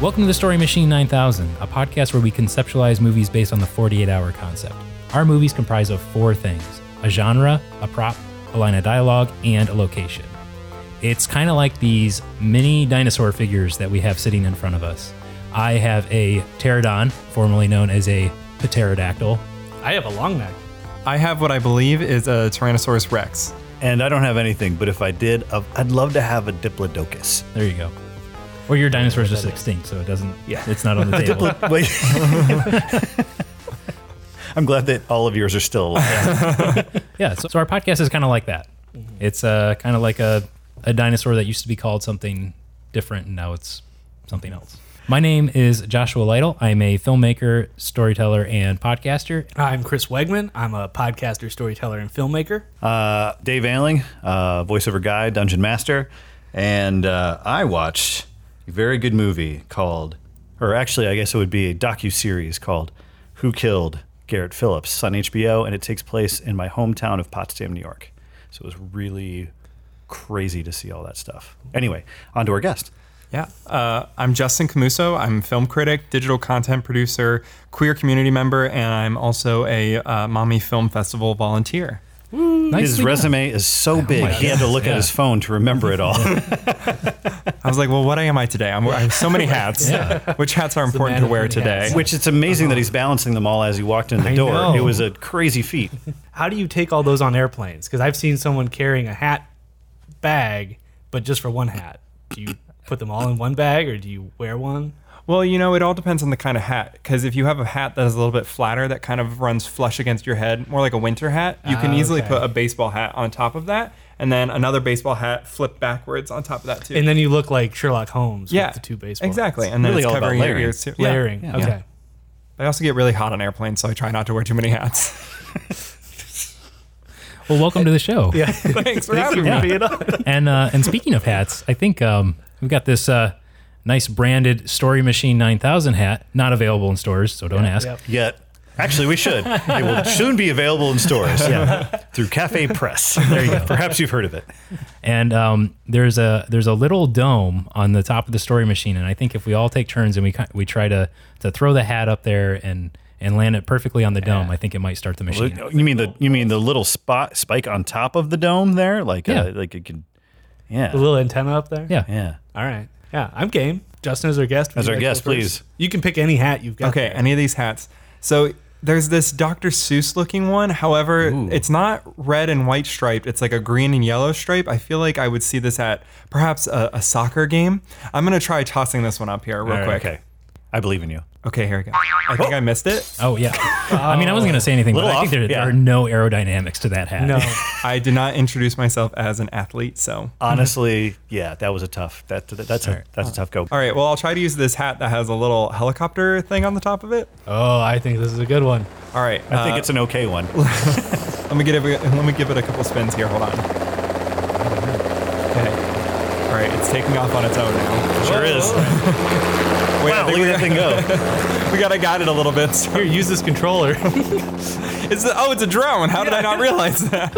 Welcome to the Story Machine 9000, a podcast where we conceptualize movies based on the 48 hour concept. Our movies comprise of four things a genre, a prop, a line of dialogue, and a location. It's kind of like these mini dinosaur figures that we have sitting in front of us. I have a pterodon, formerly known as a pterodactyl. I have a long neck. I have what I believe is a Tyrannosaurus Rex. And I don't have anything, but if I did, uh, I'd love to have a Diplodocus. There you go. Or your dinosaur's just extinct, so it doesn't, yeah. it's not on the table. Wait. I'm glad that all of yours are still alive. Yeah, so, so our podcast is kind of like that. Mm-hmm. It's uh, kind of like a, a dinosaur that used to be called something different, and now it's something else. My name is Joshua Lytle. I'm a filmmaker, storyteller, and podcaster. I'm Chris Wegman. I'm a podcaster, storyteller, and filmmaker. Uh, Dave Anling, uh, voiceover guy, dungeon master, and uh, I watched a very good movie called, or actually, I guess it would be a docu series called "Who Killed Garrett Phillips" on HBO, and it takes place in my hometown of Potsdam, New York. So it was really crazy to see all that stuff. Anyway, on to our guest. Yeah. Uh, I'm Justin Camuso. I'm film critic, digital content producer, queer community member, and I'm also a uh, Mommy Film Festival volunteer. His Nicely done. resume is so big, he had to look at his phone to remember it all. I was like, well, what am I today? I'm, I have so many hats. Yeah. Which hats are important man to of wear many today? hats. Which it's amazing that he's balancing them all as he walked in the I door. know. It was a crazy feat. How do you take all those on airplanes? Because I've seen someone carrying a hat bag, but just for one hat. Do you put them all in one bag, or do you wear one? Well, you know, it all depends on the kind of hat. Because if you have a hat that is a little bit flatter, that kind of runs flush against your head, more like a winter hat, you can Ah, easily okay. put a baseball hat on top of that, and then another baseball hat flipped backwards on top of that too. And then you look like Sherlock Holmes yeah, with the two baseballs. exactly. And then Really it's all about covering your layering. ears too. Yeah. Layering. Yeah. Okay. I also get really hot on airplanes, so I try not to wear too many hats. Well, welcome to the show. Yeah. Thanks for having me. Yeah. and uh, and speaking of hats, I think um, we've got this uh, nice branded Story Machine 9000 hat, not available in stores, so don't ask. yep. Yet, actually, we should. it will soon be available in stores. Yeah, through Cafe Press. There you go. Perhaps you've heard of it. And um, there's a there's a little dome on the top of the Story Machine, and I think if we all take turns and we ki- we try to to throw the hat up there and and land it perfectly on the dome, I think it might start the machine. You mean the you mean the little spot spike on top of the dome there? Like Yeah. uh, like it can. Yeah. The little antenna up there. yeah. yeah. All right. Yeah, I'm game. Justin is our guest. Would As you our like to go guest, first? please. You can pick any hat you've got. Okay, there. any of these hats. So there's this Dr. Seuss looking one. However, it's not red and white striped. It's like a green and yellow stripe. I feel like I would see this at perhaps a, a soccer game. I'm gonna try tossing this one up here real All right, quick. okay. I believe in you. Okay, here we go. I think I missed it. Oh yeah. I mean, I wasn't gonna say anything, but Little I think off, there, yeah. there are no aerodynamics to that hat. No. I did not introduce myself as an athlete, so. Honestly, yeah, that was a tough. That, that- that's a that's a tough go. All right, well, I'll try to use this hat that has a little helicopter thing on the top of it. oh, I think this is a good one. All right, I think uh, it's an okay one. Let me get it, let me give it a couple spins here. Hold on. Okay. All right, it's taking off on its own now. Sure is. Wait, I Wow, think look we, at that thing go. got, we got I got it a little bit. So Here, use this controller. it's the, oh, it's a drone. How did I not realize that?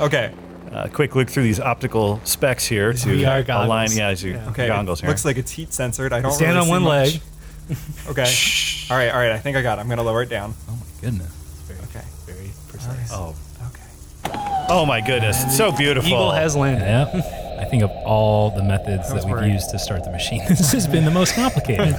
Okay. Uh, quick look through these optical specs here to VR goggles. align. Yeah, as you Okay. goggles here. Looks like it's heat censored. I don't Stand really on see one much. leg. Okay. All right, all right. I think I got it. I'm going to lower it down. Oh my goodness. Okay. Very precise. oh, Okay. oh my goodness, it's so beautiful. Eagle has landed. Yeah. I think of all the methods that was we've worried. used to start the machine, this has been the most complicated.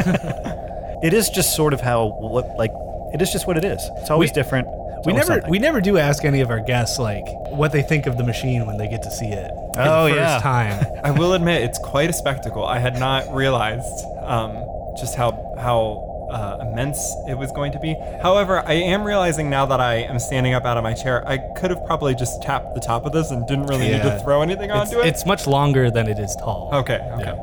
it is just sort of how what like it is just what it is. It's always We- different. It's We always never something. we never do ask any of our guests like what they think of the machine when they get to see it. for Oh, the first yeah. time. I will admit it's quite a spectacle. I had not realized um, just how how uh, immense it was going to be. However, I am realizing now that I am standing up out of my chair, I could have probably just tapped the top of this and didn't really need Yeah. to throw anything It's, onto it. it's much longer than it is tall. okay, okay.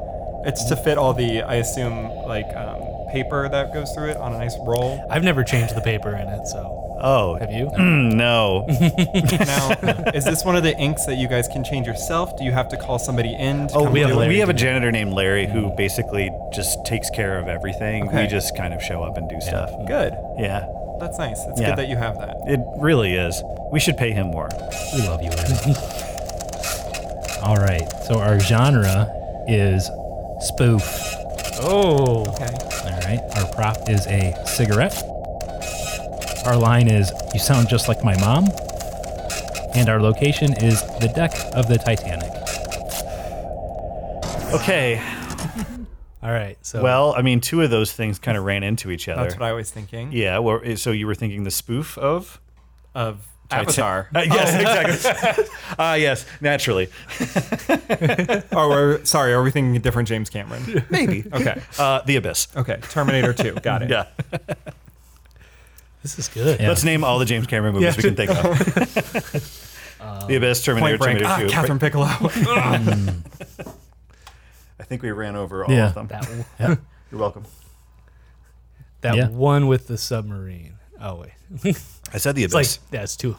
It's to fit all the I assume like um, paper that goes through it on a nice roll. I've never changed the paper in it, so Oh have you? mm, no, Now, is this one of the inks that you guys can change yourself? Do you have to call somebody in? To oh come we have do it? we have a janitor named Larry who basically just takes care of everything. We Okay. just kind of show up and do stuff. Good. Yeah, That's nice. It's Yeah. good that you have that. it really is. We should pay him more. We love you. Larry. All right. So our genre is spoof. Oh, Okay. All right. Our prop is a cigarette. Our line is You sound just like my mom. And our location is the deck of the Titanic. Okay. all right. So Well, I mean, two of those things kind of ran into each other. That's what I was thinking. yeah. Well, so you were thinking the spoof of? Of Avatar. Uh, yes, exactly. Ah, yes, naturally. oh, we're, sorry. Are we thinking a different James Cameron? Maybe. Okay. Uh, the abyss. Okay. Terminator 2. Got it. Yeah. this is good. Yeah. Let's name all the James Cameron movies we can think of. the abyss, Terminator, Point Break. Terminator Ah, 2. Catherine Piccolo. Oh I think we ran over all Yeah. of them. That w- You're welcome. that Yeah. one with the submarine. Oh wait, I said the it's like abyss. that's two.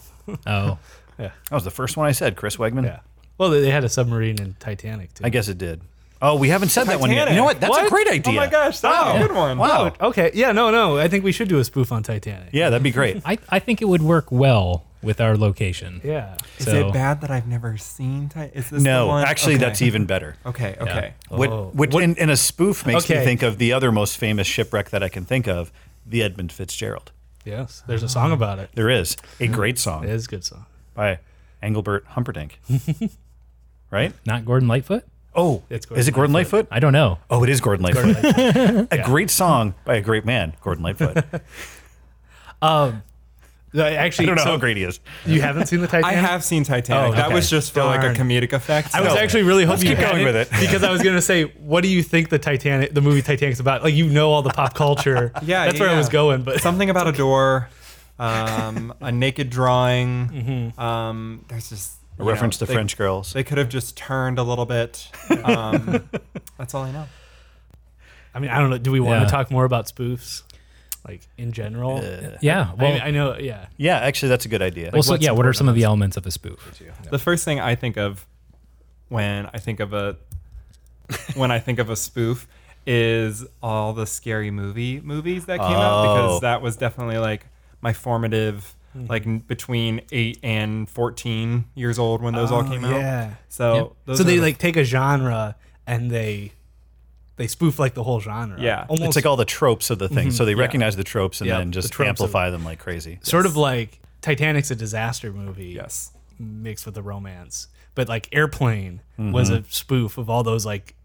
Oh. that was the first one I said. Chris Wegman. Yeah. Well, they they had a submarine in Titanic too. I guess it did. Oh, we haven't said that one yet. You know Titanic. what? That's a great idea. Oh my gosh, that's a good one. Wow. Okay. Yeah. No. No. I think we should do a spoof on Titanic. Yeah, that'd be great. I, I think it would work well with our location. Yeah. Is So- it bad that I've never seen? Ti- Is this the No, one? actually, Okay. that's even better. Okay. Okay. What, Oh. what, and, and a spoof makes me Okay. think of the other most famous shipwreck that I can think of, the Edmund Fitzgerald. Yes. There's a song about it. There is a great Hmm. It song is a good song. by Engelbert Humperdinck. right? Not Gordon Lightfoot? Oh, It's Gordon is it Gordon Lightfoot? I don't know. Oh, it is Gordon Lightfoot. a great song by a great man, Gordon Lightfoot. I I actually don't know so how great he is. you haven't seen the Um, I Titanic. have seen Titanic. Oh, That okay. was just for like Darn. a comedic effect. I was No. actually really hoping keep you had going it with it. because I was going to say, what do you think the Titanic, the movie Titanic's about? Like you know all the pop culture. Yeah, that's yeah, where I was yeah. going. But something about a door, um, a naked drawing. Um, there's just A you know, reference to they- French girls. They could have just turned a little bit. Um, that's all I know. I mean, I don't know. Do we want Yeah. to talk more about spoofs, like in general? Yeah. I, Well, I know. Yeah. yeah, actually, that's a good idea. well, so, what's yeah, what are important some of the elements of a spoof? The first thing I think of when I think of a when I think of a spoof is all the scary movie movies that came out Oh. Mm-hmm. because that was definitely like my formative like n- between 8 and 14 years old when those all Oh, came out. Yeah. So Yeah. those so are they the- like take a genre and they they spoof like the whole genre. Yeah. Almost Mm-hmm. it's like all the tropes of the thing. So they recognize the tropes and Yeah, then the just tropes of- amplify them like crazy. sort of like Titanic's a disaster movie. yes. mixed with the romance. But like Airplane was a spoof of all those like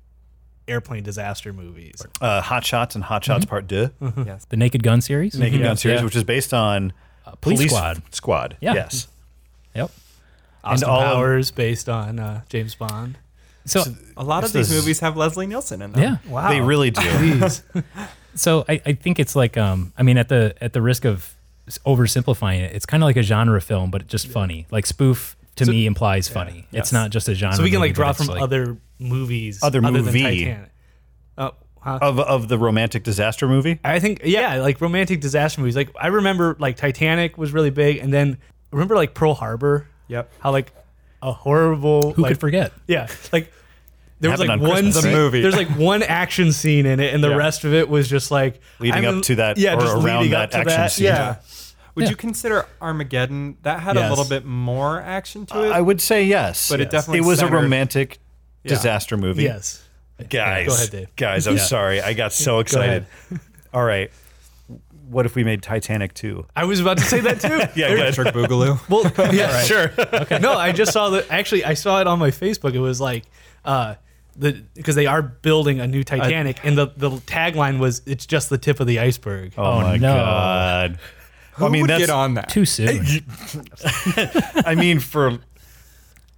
airplane disaster movies. Uh, Hot Shots and Hot Mm-hmm. Shots Part 2. Yes. The Naked Gun series? Mhm. Naked Yeah. Gun series, Yeah. which is based on Police Squad. Squad. Yeah. Yes. Yep. Austin all of- Powers based on uh, James Bond. So, A lot of This these is- movies have Leslie Nielsen in them. yeah. Wow. They really do. Please. So I, I think it's like um I mean at the at the risk of s- oversimplifying it, it's kind of like a genre film, but just funny. Like spoof to me implies funny. It's Yes. not just a genre. so we can like movie, but draw it's, from like- other movies, Other movie. Oh. Than Titanic. Uh, huh? of, of the romantic disaster movie. I think yeah, like romantic disaster movies. Like I remember like Titanic was really big, and then remember like Pearl Harbor. Yep. How like a horrible Who like, could forget? Yeah, like there was Happened like on one Christmas, scene- right? The movie. There's like one action scene in it, and the Yeah. rest of it was just like Leading up to that, Yeah, or just around leading that up to action that. scene. Yeah, Would Yeah. you consider Armageddon? That had Yes. a little bit more action to it. I would say yes. But it Yes. definitely It was a centered- romantic disaster movie. yes. Guys. Go ahead, Dave. Guys, I'm sorry. I got so excited. ahead. All right. What if we made Titanic 2? I was about to say that too. Yeah, go ahead. Electric Boogaloo. Well, yeah, Sure. Okay. No, I just saw that. Actually, I saw it on my Facebook. It was like, uh, the because they are building a new Titanic, and the the tagline was "It's just the tip of the iceberg." Oh, my no. god. Who I mean, would that's, get on that? Too soon. I mean, for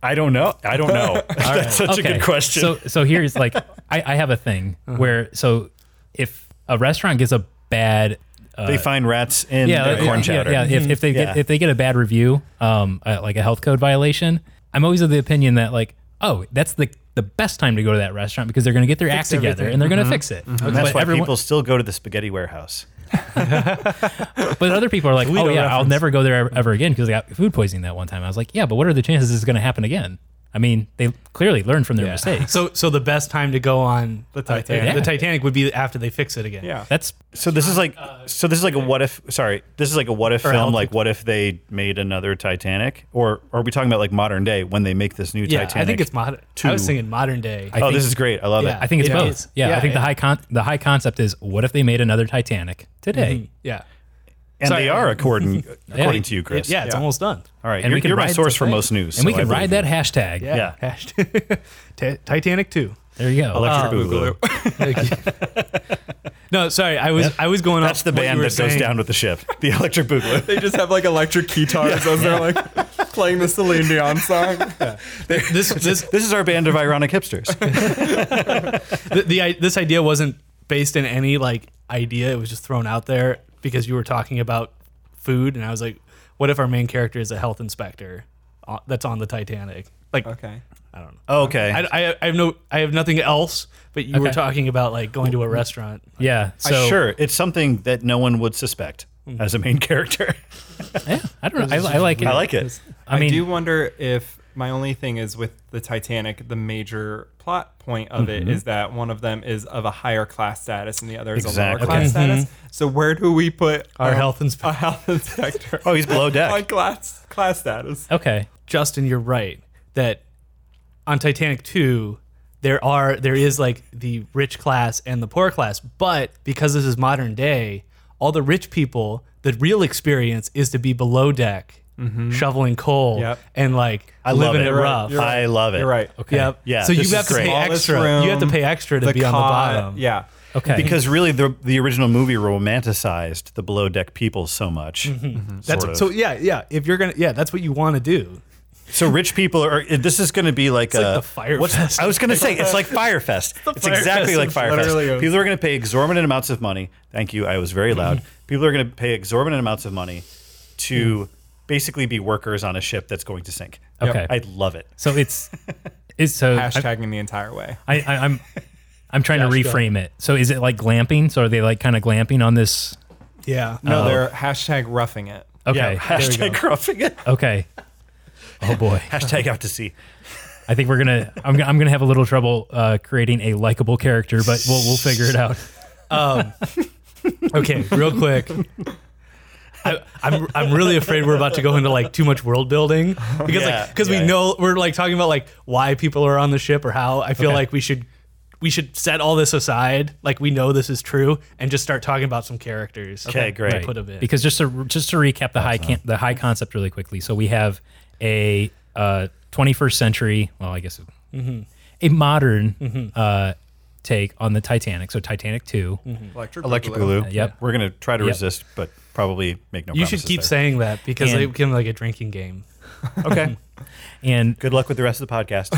I don't know. I don't know. that's such a good question. So so here's like I, I have a thing Uh-huh. where so if a restaurant gets a bad uh, they find rats in yeah, their like, corn yeah, chowder. Yeah, if, if they get Yeah. if they get a bad review, um, uh, like a health code violation, I'm always of the opinion that like, oh, that's the the best time to go to that restaurant because they're going to get their act together everything. Mm-hmm. and they're going to fix it. And that's But why everyone- people still go to the spaghetti warehouse. but other people are like, oh yeah, Toledo I'll reference. e-, never go there ever again because I got food poisoning that one time. I was like, yeah, but what are the chances this is going to happen again? I mean, they clearly learned from their Yeah. mistakes. So, so the best time to go on Uh, the Titanic. the Titanic would be after they fix it again. Yeah. That's So this is like so this is like a what if sorry this is like a what if film like what if they made another Titanic or, or are we talking about like modern day when they make this new yeah. Titanic? I think it's modern. I was thinking modern day. I oh, think- this is great. I love Yeah. it. I think it's It both. is. Yeah, I Yeah, think the it- high con- the high concept is what if they made another Titanic today? Mhm. yeah. And sorry, they are according according to you, It- Chris. yeah, it's Yeah. almost done. All right. And you're we can you're my ride source for something. most news. And we so I can ride that believe you. hashtag. Mm-hmm. Yeah. Hashtag- Ti- Titanic 2. There you go. Electric Boogaloo. no, sorry. I was I was going That's off the what you band were that goes saying. down with the ship. The Electric Boogaloo. They just have like electric guitars as they're like playing the Celine Dion song. This this This is our band of ironic hipsters. the, the i- this idea wasn't based in any like idea. It was just thrown out there because you were talking about food, and I was like, what if our main character is a health inspector uh, that's on the Titanic? Like, Okay. I don't know. Okay. I, I, I have no I have nothing else. But you were Okay. talking about like going to a restaurant. yeah. I- So sure, it's something that no one would suspect as a main character. Yeah, I don't know. I, I like it. I like it. I mean, do wonder if my only thing is with the Titanic, the major plot point of Mm-hmm. it is that one of them is of a higher class status and the other is Exactly. a lower class status. So where do we put Mm-hmm. Our health our inspector. health inspector Oh, he's below on deck. class class status? okay. Justin, you're right that on Titanic 2 there are there is like the rich class and the poor class, but because this is modern day, all the rich people, the real experience is to be below deck, shoveling coal Yep. and like I love living it. it, You're right. rough. You're right. I love it. You're right. Okay. Yep. Yeah, so this you have is to pay great. Smallest extra. you have to room, pay extra to be on the cot- bottom. Yeah. Okay. Because really, the the original movie romanticized the below deck people so much. That's sort of. so yeah, yeah. If you're gonna yeah, that's what you want to do. So rich people are. eh, This is going to be like a like the Fyre what's- Fest. I was going to say it's like Firefest. it's Fyre Fest. exactly like It's literally Firefest. a- People are going to pay exorbitant amounts of money. Thank you. I was very loud. people are going to pay exorbitant amounts of money to basically be workers on a ship that's going to sink. Okay. I love it. so it's it's so I, Hashtagging the entire way. I, I I'm I'm trying to Gosh, go. reframe it. So is it like glamping? So are they like kind of glamping on this? Yeah. No, they're hashtag roughing it. Okay. Yeah. Hashtag roughing it. Okay. Oh boy. Hashtag out to sea. I think we're gonna. I'm, I'm gonna have a little trouble uh, creating a likable character, but we'll we'll figure it out. Um, Okay, real quick. I, I'm I'm really afraid we're about to go into like too much world building because Yeah, like because yeah. we know we're like talking about like why people are on the ship or how I feel Okay. like we should we should set all this aside like we know this is true and just start talking about some characters. Okay, great. To Put a bit. Because just to just to recap the high can, the high concept really quickly. So we have a uh, 21st century, well, I guess Mm-hmm. a modern uh, take on the Titanic. So Titanic 2 Mm-hmm. Electric, Electric Boogaloo. Boogaloo. Yep. We're going to try to Yep. resist, but probably make no. you should promises keep there. saying that because And- they become like a drinking game. Okay. and Good luck with the rest of the podcast.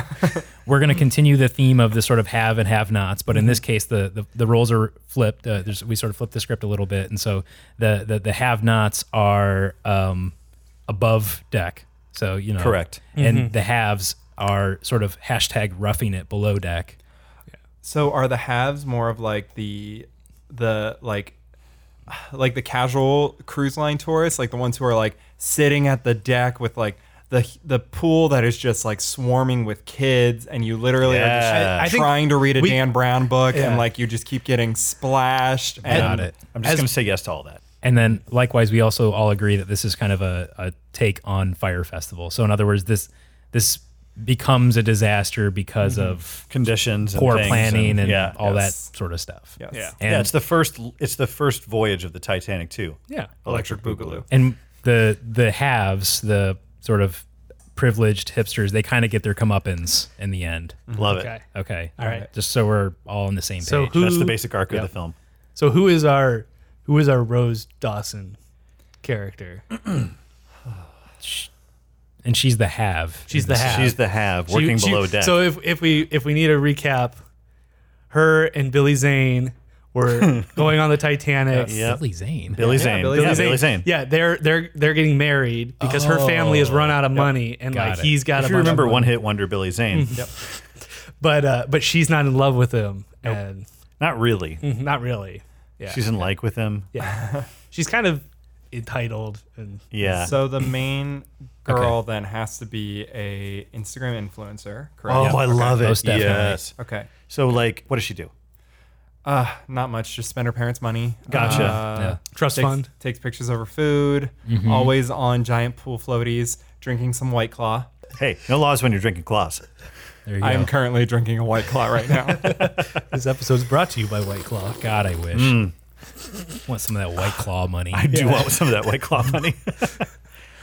we're going to continue the theme of the sort of have and have nots, but in Mm-hmm. this case, the the, the roles are flipped. Uh, there's, we sort of flip the script a little bit, and so the the, the have nots are um, above deck. So you know, Correct. and the haves are sort of hashtag roughing it below deck. So are the haves more of like the the like like the casual cruise line tourists, like the ones who are like sitting at the deck with like the the pool that is just like swarming with kids, and you literally Yeah. I- are I just think trying to read a we- Dan Brown book, Yeah. and like you just keep getting splashed. And Got it. I'm just As- going to say yes to all that. And then likewise, we also all agree that this is kind of a, a take on Fire Festival. So in other words, this this becomes a disaster because Mm-hmm. of Conditions, and poor things planning and, yeah, all yes. that sort of stuff. Yes. Yeah. And, yeah, it's the first. It's the first voyage of the Titanic too. Yeah. Electric Boogaloo. and the the haves, the sort of privileged hipsters, they kind of get their comeuppance in the end. Love Okay. it. Okay. All right. Just so we're all on the same page. So who That's the basic arc Yeah. of the film. So who is our who is our Rose Dawson character? and she's the have. She's the have. She's the have working She- she- below deck. So if, if we if we need a recap, her and Billy Zane were going on the Titanic. Yeah. Billy Zane. Billy Yeah, Zane. Billy yeah, Zane. Billy Zane. Yeah, they're they're they're getting married because her family has Oh. run out of money and Got like it. he's got If a you bunch remember of one money. hit wonder Billy Zane, but uh, but she's not in love with him and not really. not really. Yeah. She's in like with him. yeah. She's kind of entitled and Yeah. So the main girl then has to be a Instagram influencer, correct? oh, I love it. Most definitely. Yes. Okay. So like, what does she do? Uh, not much. Just spend her parents' money. Gotcha. Uh, Yeah. trust takes, fund. Takes pictures of her food. Mm-hmm. Always on giant pool floaties, drinking some White Claw. Hey, no laws when you're drinking glass. There you I am go. currently drinking a White Claw right now. This episode's brought to you by White Claw. God, I wish. Want some of that white claw money? I do want some of that White Claw money.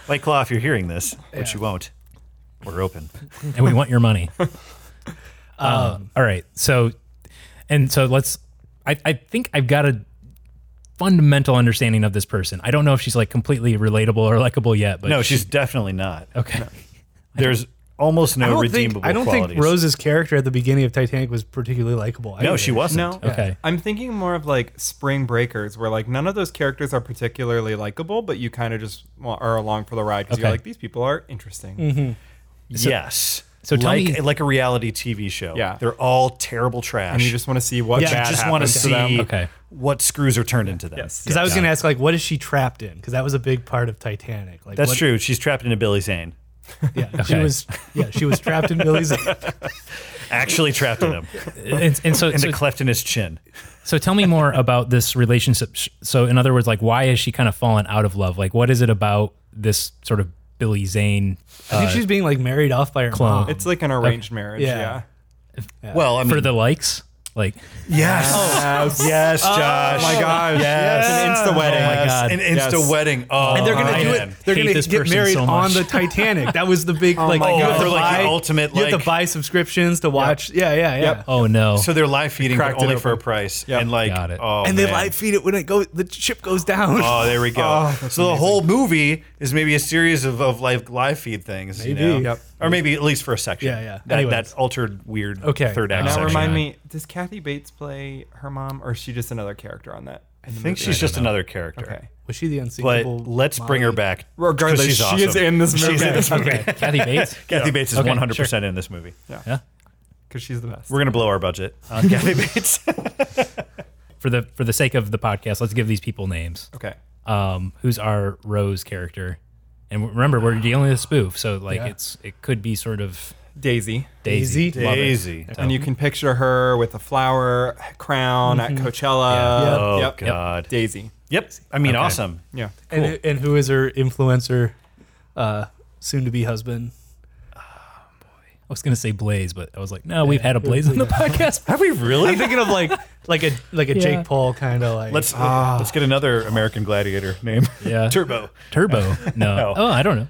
White Claw, if you're hearing this, which you won't, we're open. and we want your money. Uh, Um, all right. So, and so let's, I, I think I've got a fundamental understanding of this person. I don't know if she's like completely relatable or likable yet, but No, she's definitely not. okay. There's almost no I don't redeemable think I don't qualities. think Rose's character at the beginning of Titanic was particularly likable. No, either. she wasn't. No. Okay. I'm thinking more of like Spring Breakers, where like none of those characters are particularly likable, but you kind of just wa- are along for the ride because you're Okay. like, these people are interesting. yes. so tell like, me- like a reality TV show. Yeah. They're all terrible trash. And you just want to see what yeah, bad you just want happens to to them. see Okay. what screws are turned into them. Yes. Because I was going to ask, like, what is she trapped in? Because that was a big part of Titanic. Like, That's what- true. She's trapped in a Billy Zane. Yeah, she was. Yeah, she was trapped in Billy's. Actually trapped in him. And, and so, And so, a cleft in his chin. so tell me more about this relationship. Sh- So, in other words, like, why has she kind of fallen out of love? Like, what is it about this sort of Billy Zane? uh, I think she's being like married off by her clone. mom. It's like an arranged marriage. Yeah. Yeah. Well, I mean, for the likes? Like, yes. Yes, Josh. Oh my gosh. Uh, Yes. An insta wedding. Oh my Yes. God. An insta Yes. wedding. Oh, And they're gonna man. do man. it. They're Hate gonna this get person married so on much. the Titanic. That was the big Oh like. my you God. have to They're like the buy- ultimate, You have like- to buy subscriptions to watch. Yeah, yeah, yeah. Yep. oh no. So they're live feeding, but Cracked it only for a open. price. Yep. And like, Got it. oh, And they man. live feed it when it goes. The ship goes down. Oh, there we go. Oh, so the whole movie is maybe a series of, of live live feed things. Maybe. You know? Yep. Or maybe at least for a section. Yeah, yeah. That, Anyways. that altered weird Okay. third act Now Now section. remind me, does Kathy Bates play her mom, or is she just another character on that? I think she's just another character. Okay. was she the But unsinkable? let's bring her Molly? back. 'cause Regardless, she's she awesome. is in this movie She's in this movie. Kathy Bates? Kathy Bates is Okay, 100% in this movie. Yeah. because she's the best. We're going to blow our budget on Kathy Bates. For the for the sake of the podcast, let's give these people names. okay. um, who's our Rose character. And remember, we're dealing with a spoof, so like it's it could be sort of Daisy. Daisy. Daisy. Love it. Daisy. And you can picture her with a flower crown at Mm-hmm. Coachella. Oh, Yep. God. Daisy. Yep. I mean, awesome. Yeah. And, and who is her influencer? Uh, soon to be husband. I was gonna say Blaze, but I was like, no, we've had a Blaze on the podcast. Have we really? I'm thinking of like like a like a Yeah. Jake Paul kind of like. Let's let's get another American Gladiator name. Yeah. Turbo. Turbo. No. No. Uh, Oh, I don't know.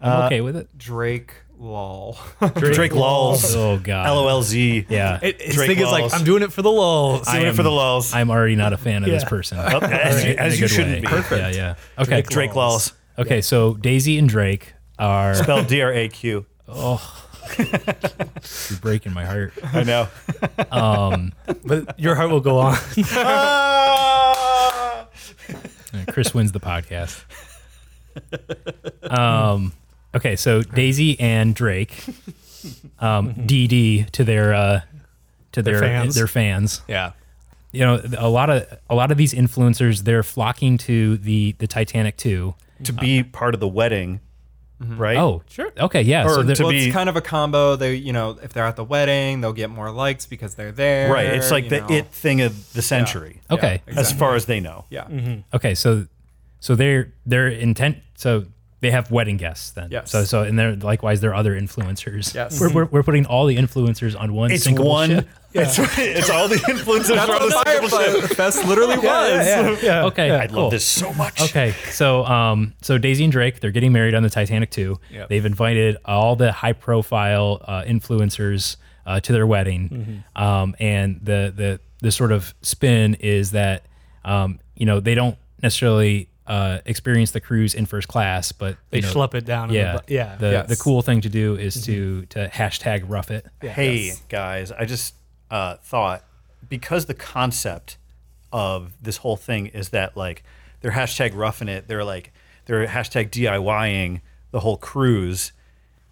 I'm okay with it. Drake Lol. Drake, Lols. Oh god. LOLZ. Yeah. It, his Drake thing is like Walls. I'm doing it for the lulz. Doing it for the lols. I'm already not a fan of this Yeah. person. Up- as you, In a as good you shouldn't way. be. Yeah, yeah. Okay. Drake Laws. Okay, so Daisy and Drake are Spelled D R A Q. you're breaking my heart. I know. But your heart will go on. Ah! Chris wins the podcast. Um, okay, so Daisy and Drake, um, DD to their uh, to their Their their fans. fans. Yeah, you know, a lot of a lot of these influencers they're flocking to the the Titanic too. to be part of the wedding, right? Oh, sure. Okay, yeah. so Or they're- to well, be- it's kind of a combo. They, you know, if they're at the wedding, they'll get more likes because they're there. right. It's like you the know. it thing of the century, okay, as far as they know. Yeah. okay. So so their their intent so. They have wedding guests then. Yes. So, so, and they're likewise, there are other influencers. Yes. We're, we're, we're putting all the influencers on one It's single one. ship. It's, it's all the influences That's from what the single ship. Firefly Fest literally was. Okay. I cool. love this so much. Okay, so um, so Daisy and Drake, they're getting married on the Titanic too. They've invited all the high-profile uh, influencers uh, to their wedding, Mm-hmm. um, and the the the sort of spin is that um, you know they don't necessarily uh, experience the cruise in first class, but They you know, schlup it down. in the Yeah, bu- yeah. Mm-hmm. The, Yes. the cool thing to do is to to hashtag rough it. Hey guys, I just uh, thought because the concept of this whole thing is that like they're hashtag roughing it, they're like they're hashtag DIYing the whole cruise.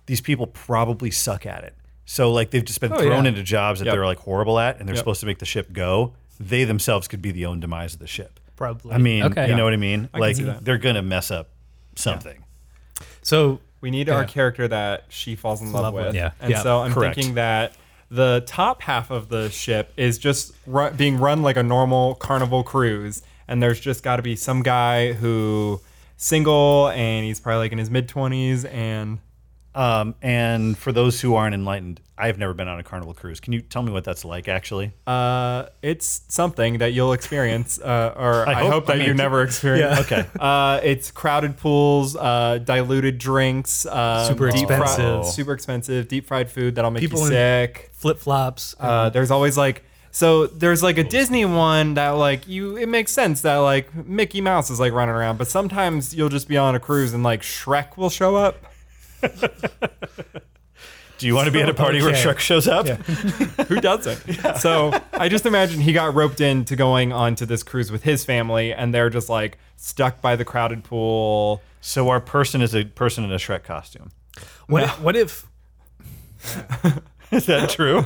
These people probably suck at it, so like they've just been thrown yeah. into jobs that they're like horrible at, and they're supposed to make the ship go. They themselves could be the own demise of the ship. probably. I mean, Okay. you know what I mean? can like see that. they're gonna mess up something. so We need our character that she falls in love, love with. with. Yeah. And Yeah. so I'm Correct. thinking that the top half of the ship is just run, being run like a normal carnival cruise. And there's just got to be some guy who single and he's probably like in his mid 20s and Um, and for those who aren't enlightened, I've never been on a carnival cruise. Can you tell me what that's like? Actually, uh, it's something that you'll experience uh, or I, hope, hope- that I mean- you never experience. okay. Uh, it's crowded pools, uh, diluted drinks, um, Super deep fri- expensive. super expensive, deep fried food that'll make People you in- sick. flip flops. Uh, there's always like so there's like a Disney one that like you it makes sense that like Mickey Mouse is like running around, but sometimes you'll just be on a cruise and like Shrek will show up. do you want to be at a party where Okay. Shrek shows up? Who doesn't? So I just imagine he got roped into going onto this cruise with his family, and they're just like stuck by the crowded pool. So our person is a person in a Shrek costume. what, if, what if Is that true?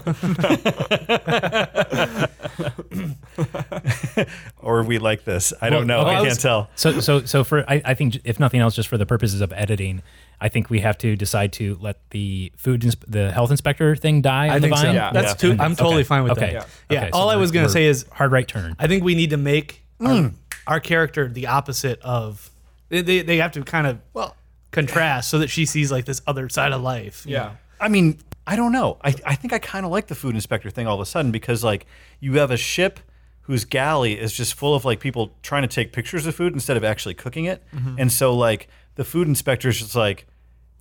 or we like this? I don't know. Well, I I can't was- tell. So, so, so for I, I think j- if nothing else, just for the purposes of editing, I think we have to decide to let the food, ins- the health inspector thing die. I on think the vine. so. Yeah. That's too. I'm Okay. totally fine with okay. that. Okay. Yeah. Okay, all so I was gonna we're- say is hard right turn. I think we need to make our, our character the opposite of. They, they, they have to kind of well contrast so that she sees like this other side of life. you know? I mean, I don't know. I, I think I kind of like the food inspector thing all of a sudden because like you have a ship whose galley is just full of like people trying to take pictures of food instead of actually cooking it. Mm-hmm. And so like the food inspector is just like,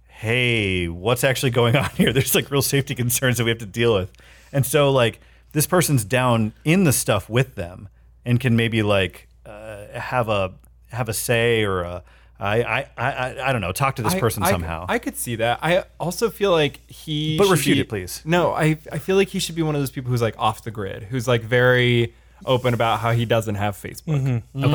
hey, what's actually going on here? There's like real safety concerns that we have to deal with. And so like this person's down in the stuff with them and can maybe like uh, have a have a say or a I I I I- I don't know talk to this I- person I- somehow. I could see that. I also feel like he. But should refute be- it, please. No, I, I feel like he should be one of those people who's like off the grid, who's like very open about how he doesn't have Facebook. Mm-hmm. Mm.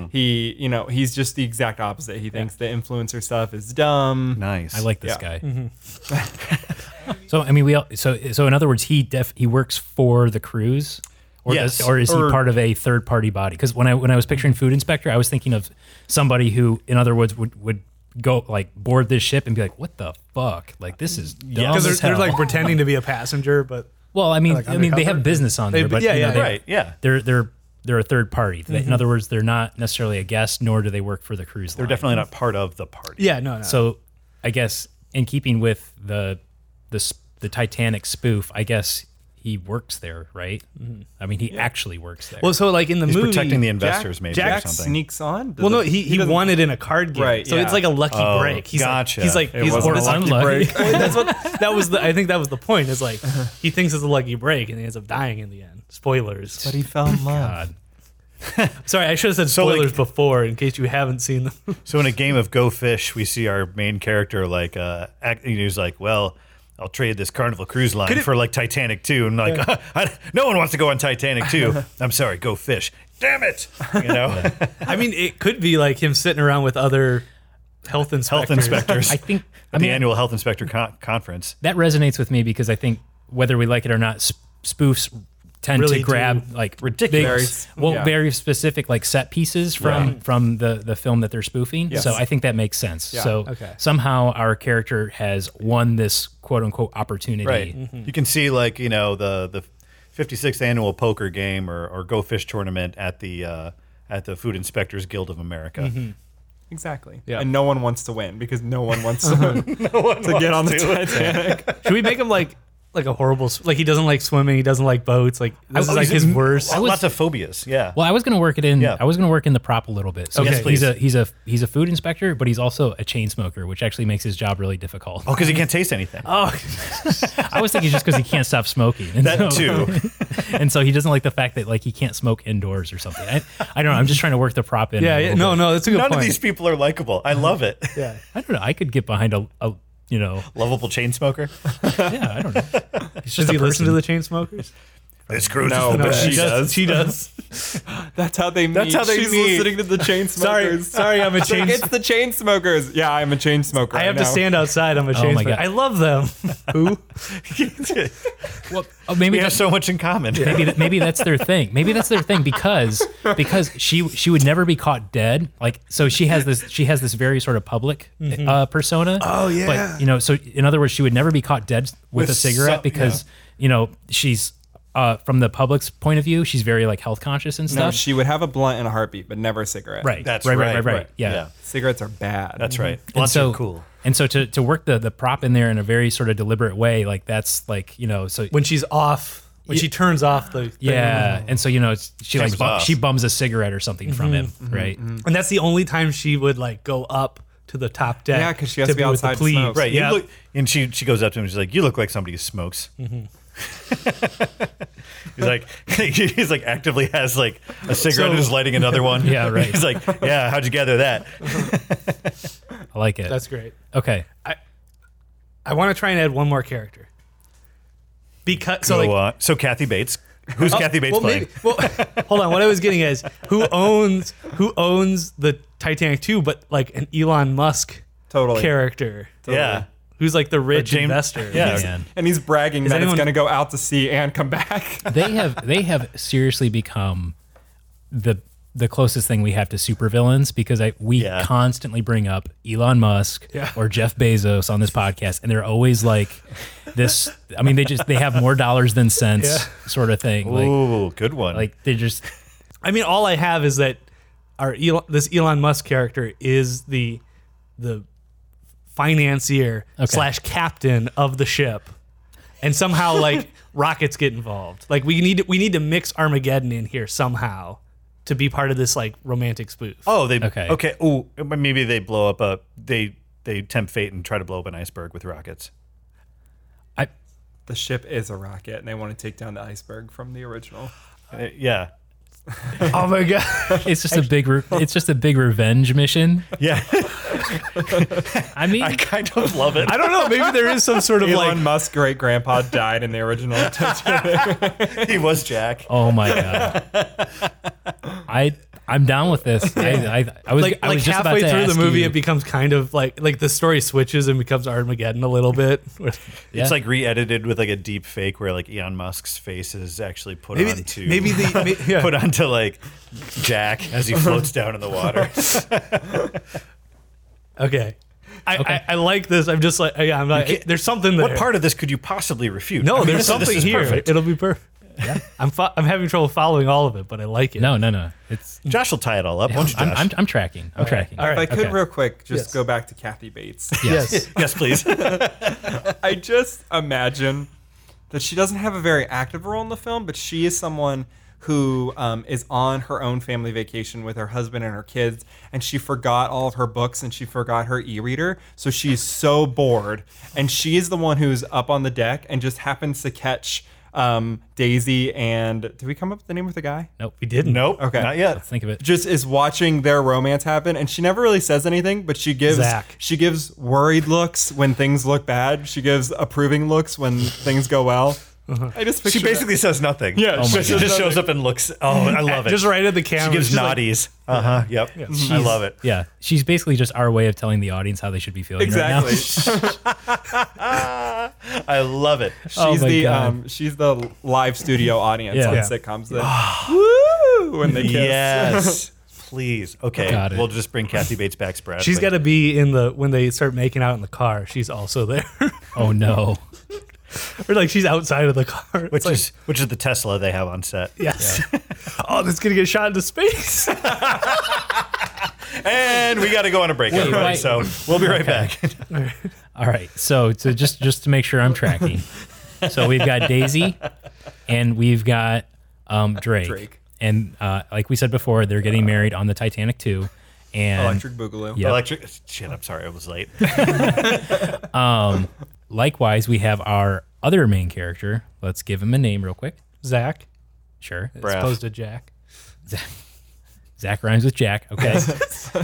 Like he, you know, he's just the exact opposite. He thinks the influencer stuff is dumb. nice. I like this guy. Yeah. Mm-hmm. so I mean, we all, so so in other words, he def he works for the cruise, or Yes. does- or is Or- he part of a third party body? Because when I when I was picturing food inspector, I was thinking of somebody who, in other words, would would go like board this ship and be like, "What the fuck? Like this is dumb Because they're, as hell." they're like pretending to be a passenger, but well, I mean, like, I mean, they undercover. have business on They- there, but yeah, you know, yeah, Mm-hmm. they- right. Yeah. They're they're they're a third party. They- In other words, they're not necessarily a guest, nor do they work for the cruise. They're definitely not part of the party. yeah, no, no. So, I guess in keeping with the the s- the Titanic spoof, I guess he works there, right? I mean, he actually works there. Mm-hmm. well, so like in the He's movie, protecting the Jack- investors, maybe Jack or something. sneaks on. Well, no, he, he, doesn't- won it in a card game, Right, so yeah. it's like a lucky Oh, break. He's gotcha. Like, he's like It he's wasn't a this- lucky break. Well, that's what that was. The, I think that was the point. Is like he thinks it's a lucky break and he ends up dying in the end. Spoilers. But he fell in love. God. Sorry, I should have said So, like- spoilers before in case you haven't seen them. So in a game of Go Fish, we see our main character like uh, act, and he's like, "Well, I'll trade this Carnival Cruise Line for like Titanic 2. and like, I, "No one wants to go on Titanic 2. I'm sorry, Go Fish. Damn it! You know, I mean, it could be like him sitting around with other health inspectors. health inspectors. I think at the annual health inspector con- conference. that resonates with me because I think whether we like it or not, sp- spoofs tend Really to do. grab like Ridiculous. big- well, Yeah. very specific like set pieces from from the the film that they're spoofing. So I think that makes sense. So Okay. somehow our character has won this quote unquote opportunity. You can see like you know the the 56th annual poker game or, or Go Fish tournament at the uh, at the Food Inspectors Guild of America. Exactly. Yeah. And no one wants to win because no one wants to, to get on the Titanic. Should we make him like like a horrible s- like he doesn't like swimming, he doesn't like boats, like this is like Oh, his worst. Lots of phobias. Yeah. Well, I was going to work it in. Yeah. I was going to work in the prop a little bit. So Okay. he's- he's Yes, please. a he's a he's a food inspector, but he's also a chain smoker, which actually makes his job really difficult. Oh, because he can't taste anything. Oh, I was thinking just because he can't stop smoking. And That so, too. and so he doesn't like the fact that like he can't smoke indoors or something. I, I don't know. I'm just trying to work the prop in. a yeah, yeah, little no, bit. no, that's a good None point. of these people are likable. I love it. yeah. I don't know. I could get behind a, a you know. Lovable chain smoker. Yeah, I don't know. He's Does just he a listen to person. the chain smokers? It's Scrooge. No, but she she does. does. She does. That's how they meet. That's how they She's meet. listening to the chain sorry, smokers. sorry. I'm a Like, chain. it's the chain smokers. Yeah, I'm a chain smoker. I Oh have to now. stand outside. I'm a chain. my smoker. God. I love them. Who? Well, oh, maybe we that's have so much in common. maybe that, maybe that's their thing. Maybe that's their thing because because she she would never be caught dead. Like so she has this she has this very sort of public uh, persona. Oh yeah. But you know, so in other words, she would never be caught dead with, With a cigarette some- because you know she's uh, from the public's point of view, she's very like health conscious and No, stuff. she would have a blunt and a heartbeat, but never a cigarette. right. That's right. Right. Right. right, Right. right. Yeah. Yeah. Cigarettes are bad. That's right. And Lots so of cool. And so to, to work the, the prop in there in a very sort of deliberate way, like that's like, you know, so When she's off, when she turns off the. thing. yeah. And so, you know, it's, she like, Chambers bum- off. she bums a cigarette or something from him. Right. And that's the only time she would like go up to the top deck. Yeah, 'cause she has to be with the outside to plebe. smoke. Right. Yeah. You look, and she she goes up to him. She's like, "You look like somebody who smokes." Mm-hmm. he's like, he's like actively has like a cigarette and is lighting another one. Yeah, right. He's like, "Yeah, how'd you gather that?" I like it. That's great. okay. I want to try and add one more character. Because so So, like Uh, uh, so Kathy Bates, who's Kathy Bates well, playing? maybe, well, hold on. What I was getting at is who owns who owns the Titanic 2, but like an Elon Musk Totally. character. Yeah. Who's like the rich James- investor. Yeah. Man. And he's bragging that anyone- it's going to go out to sea and come back. They have, they have seriously become the, the closest thing we have to supervillains because I, we Yeah. constantly bring up Elon Musk or Jeff Bezos on this podcast. And they're always like this, I mean, they just, they have more dollars than cents sort of thing. Like, Ooh, good one. like they just, I mean, all I have is that our Elon, this Elon Musk character is the the financier slash captain of the ship, and somehow like rockets get involved. Like we need we need to mix Armageddon in here somehow to be part of this like romantic spoof. oh, they Okay. okay. Okay. Ooh, maybe they blow up a they they tempt fate and try to blow up an iceberg with rockets. I, the ship is a rocket, and they want to take down the iceberg from the original. Uh, yeah. oh my god! it's just a big, re- it's just a big revenge mission. Yeah. I mean, I kind of love it. I don't know. Maybe there is some sort of Elon like Musk's great grandpa died in the original. he was Jack. oh my god, I I'm down with this. I I, I was like I like was just about halfway to through the ask movie, you- it becomes kind of like like the story switches and becomes Armageddon a little bit. Yeah. It's like re-edited with like a deep fake where like Elon Musk's face is actually put maybe onto maybe the may- yeah. put onto like Jack as he floats down in the water. Okay. I, I, I like this. I'm just like, yeah, I'm like, can't- there's something there. what part of this could you possibly refute? No, I mean, there's this is- this something is here. perfect. It'll be perfect. Yeah. I'm fo- I'm having trouble following all of it, but I like it. no no no. It's Josh will tie it all up, won't you, Josh? I'm, I'm I'm tracking. I'm tracking. All If I right. could, Okay. real quick, just Yes. go back to Kathy Bates. Yes. yes, please. I just imagine that she doesn't have a very active role in the film, but she is someone who um, is on her own family vacation with her husband and her kids, and she forgot all of her books and she forgot her e-reader, so she's so bored, and she is the one who's up on the deck and just happens to catch um, Daisy and did we come up with the name of the guy? Nope. we didn't. Nope. Okay. Not yet. Let's think of it. just is watching their romance happen and she never really says anything but she gives Zach. she gives worried looks when things look bad she gives approving looks when things go well Uh-huh. i just She picture that. basically says nothing. Yeah, Oh she my she says just shows nothing. up and looks. Oh, I love it. Just right at the camera. She gives She's like- noddies. uh huh. Yep. I love it. Yeah, she's basically just our way of telling the audience how they should be feeling right now. exactly I love it. Oh she's my the God. um she's the live studio audience Yeah. on Yeah. sitcoms that woo when they kiss Yes. Please. Okay. Got it. We'll just bring Kathy Bates back sporadically. She's got to be in the when they start making out in the car. She's also there, Oh no. or like she's outside of the car. It's which like, is which is the Tesla they have on set. yes. oh, this is gonna get shot into space. And we got to go on a break, everybody. wait. So we'll be right back. All right. So to just just to make sure I'm tracking. So we've got Daisy, and we've got um, Drake. Drake. And uh, like we said before, they're getting married on the Titanic too. And electric boogaloo Yeah. Electric. Shit. I'm sorry. I was late. Likewise, we have our other main character. Let's give him a name real quick. Zach, Sure. Raph. as opposed to Jack. Zach rhymes with Jack. Okay.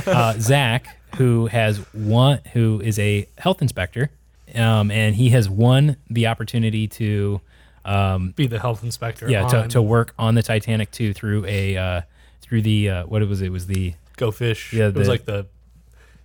uh, Zach, who has one, who is a health inspector, um, and he has won the opportunity to be the health inspector. yeah, to, on to work on the Titanic too through a uh, through the uh, what was it? it was the go fish. Yeah, it was the- like the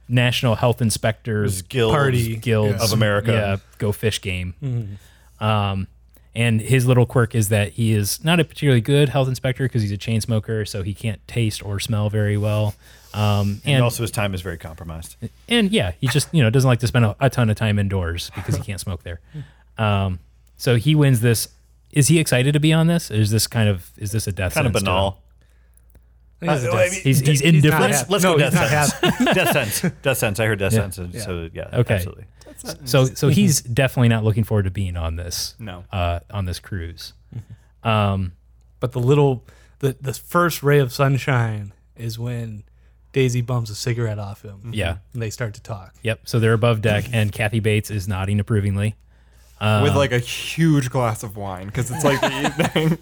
National Health Inspectors Guild Party. Guild Of America. Yeah, Go Fish game. Um, and his little quirk is that he is not a particularly good health inspector because he's a chain smoker, so he can't taste or smell very well. Um, and, And also, his time is very compromised. and yeah, he just you know doesn't like to spend a, a ton of time indoors because he can't smoke there. Um, so he wins this. Is he excited to be on this? Or is this kind of is this a death? Kind of sentence to him? banal. I think it was a Uh, I desk. mean, He's he's He's not indifferent. happy. Let's, let's No, go he's death not sentence. death sentence. Death sentence. I heard death Yeah. sentence. So yeah, Okay. absolutely. So so he's definitely not looking forward to being on this. No. Uh, on this cruise. Um, But the little, the, the first ray of sunshine is when Daisy bums a cigarette off him. yeah. And they start to talk. Yep. So they're above deck, and Kathy Bates is nodding approvingly. with like a huge glass of wine because it's like the evening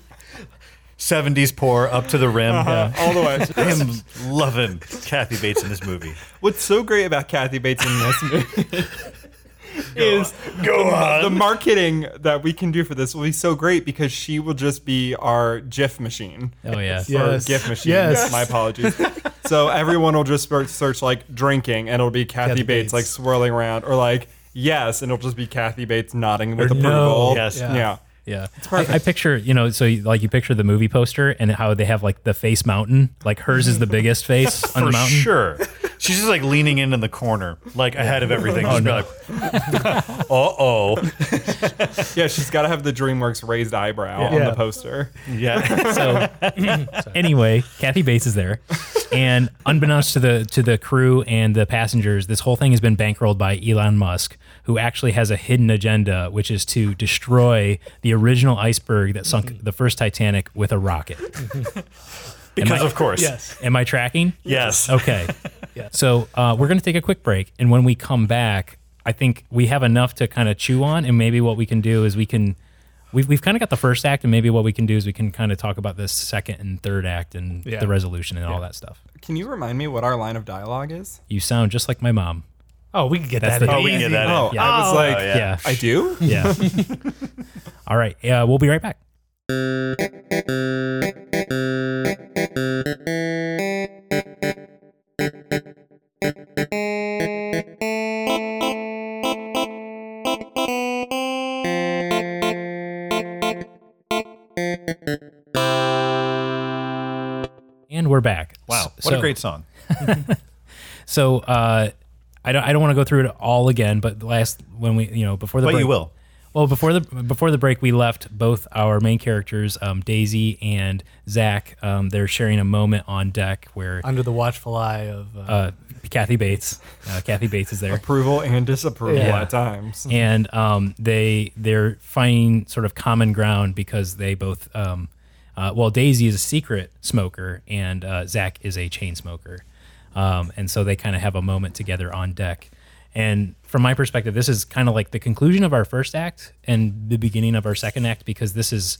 70s pour up to the rim. all the way. I am loving Kathy Bates in this movie. What's so great about Kathy Bates in this movie is Go on. the marketing that we can do for this will be so great because she will just be our GIF machine. Oh yeah. Yes. Or GIF machine. Yes. My apologies. so everyone will just search, search like drinking and it'll be Kathy, Kathy Bates, Bates. like swirling around or like yes and it'll just be Kathy Bates nodding with Or no. approval. Yes. Yeah. Yeah, I, I picture you know, so you, like you picture the movie poster and how they have like the face mountain, like hers is the biggest face on For the mountain. sure. She's just like leaning in in the corner, like ahead of everything. Oh, no. uh oh. Yeah, she's got to have the DreamWorks raised eyebrow on Yeah. the poster. Yeah. So anyway, Kathy Bates is there, and unbeknownst to the to the crew and the passengers, this whole thing has been bankrolled by Elon Musk, who actually has a hidden agenda, which is to destroy the original iceberg that sunk the first Titanic with a rocket. Because, of course. Yes. Am I tracking? Yes. Okay. So uh, we're going to take a quick break, and when we come back, I think we have enough to kind of chew on, and maybe what we can do is we can. We've, we've kind of got the first act, and maybe what we can do is we can kind of talk about the second and third act and Yeah. the resolution and all that stuff. Can you remind me what our line of dialogue is? You sound just like my mom. Oh, we can get That's that. the- in Oh, we can get easy. that in. Oh, Yeah. I was like, Oh, yeah. Yeah. I do? Yeah. all right. Uh, we'll be right back. And we're back. Wow. What So- a great song. So uh, I don't I don't want to go through it all again, but the last when we you know before the But break, you will. Well, before the before the break, we left both our main characters, um, Daisy and Zach. Um, they're sharing a moment on deck where Under the watchful eye of. Uh, uh, Kathy Bates, uh, Kathy Bates is there, Approval and disapproval Yeah. at times. and um, they they're finding sort of common ground because they both um, uh, well Daisy is a secret smoker and uh, Zach is a chain smoker, um, and so they kind of have a moment together on deck. And from my perspective, this is kind of like the conclusion of our first act and the beginning of our second act because this is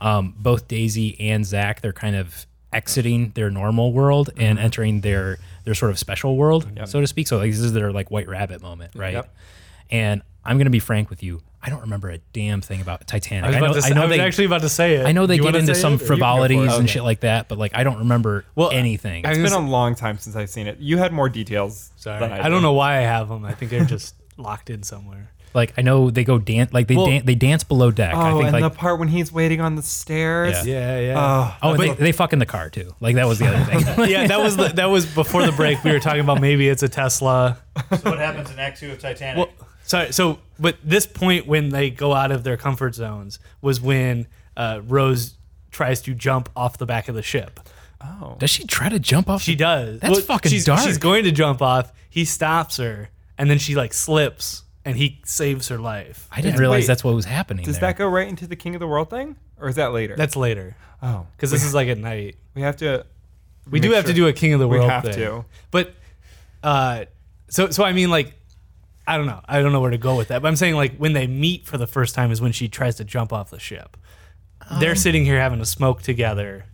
um, both Daisy and Zach. They're kind of exiting their normal world and Mm-hmm. entering their their sort of special world, so to speak. So like, this is their like white rabbit moment, right? Yep. And I'm gonna be frank with you. I don't remember a damn thing about Titanic. I was, I, about know, to say, I know I was they actually about to say it. I know they You get wanna into say some it? frivolities and Okay. shit like that, but like I don't remember Well, I- anything. I- It's been a long time since I've seen it. You had more details. Sorry. than I, I don't know why I have them. I think they're just locked in somewhere. like I know they go dance, like they Well- dan- they dance below deck. Oh, I think and like the part when he's waiting on the stairs. Yeah. Yeah, yeah. oh, and they, they fuck in the car too. Like that was the other thing. yeah, that was the, that was before the break. We were talking about maybe it's a Tesla. So what happens in Act Two of Titanic? Well, sorry. So, but this point when they go out of their comfort zones was when uh, Rose tries to jump off the back of the ship. Does she try to jump off? She the- does. That's fucking she's, dark. She's going to jump off. He stops her, and then she like slips, and he saves her life. I didn't realize Wait. that's what was happening. Does there. that go right into the King of the World thing? Or is that later? That's later, oh. because this is like at night. We have to. We do make have to sure- do a King of the We World. have thing. to. But, uh, so so I mean like. I don't know. I don't know where to go with that. But I'm saying like when they meet for the first time is when she tries to jump off the ship. They're sitting here having a smoke together.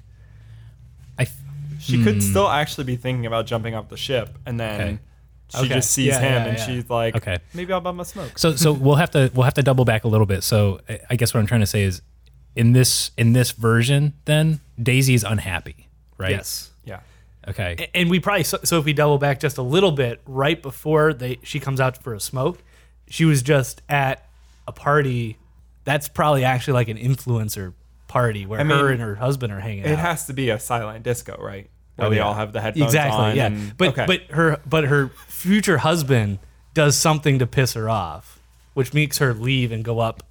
I th- She could still actually be thinking about jumping off the ship, and then Okay. she Hmm. Okay. just sees Yeah, him, yeah, and yeah. she's like, Okay. "Maybe I'll buy my smoke." So so we'll have to we'll have to double back a little bit. So I- I guess what I'm trying to say is in this in this version, then Daisy's unhappy, right? Yes. Eh, Yeah. Okay. A- And we probably so, so if we double back just a little bit, right before they she comes out for a smoke, she was just at a party. That's probably actually like an influencer party where mean, her and her husband are hanging out. It has to be a silent disco, right? Where they Oh, yeah. all have the headphones exactly on. yeah and- but okay. but her but her future husband does something to piss her off which makes her leave and go up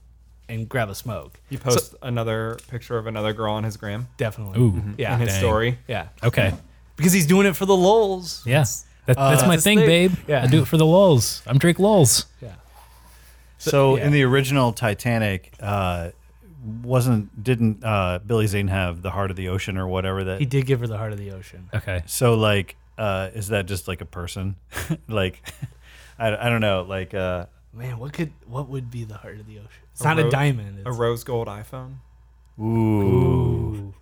and grab a smoke you post another picture of another girl on his gram definitely Ooh. yeah and his Dang. story. yeah Okay. because he's doing it for the lulz Yeah. That, that's eh, uh, my this thing, thing. babe. Yeah. I do it for the lulz. I'm Drake Lulz. yeah So yeah. in the original Titanic, uh, wasn't didn't uh, Billy Zane have the heart of the ocean or whatever that? he did give her the heart of the ocean Okay. So like, uh, is that just like a person? like, I, I don't know. Like, uh, man what could what would be the heart of the ocean it's not a ro- diamond A it's, rose gold iPhone. ooh.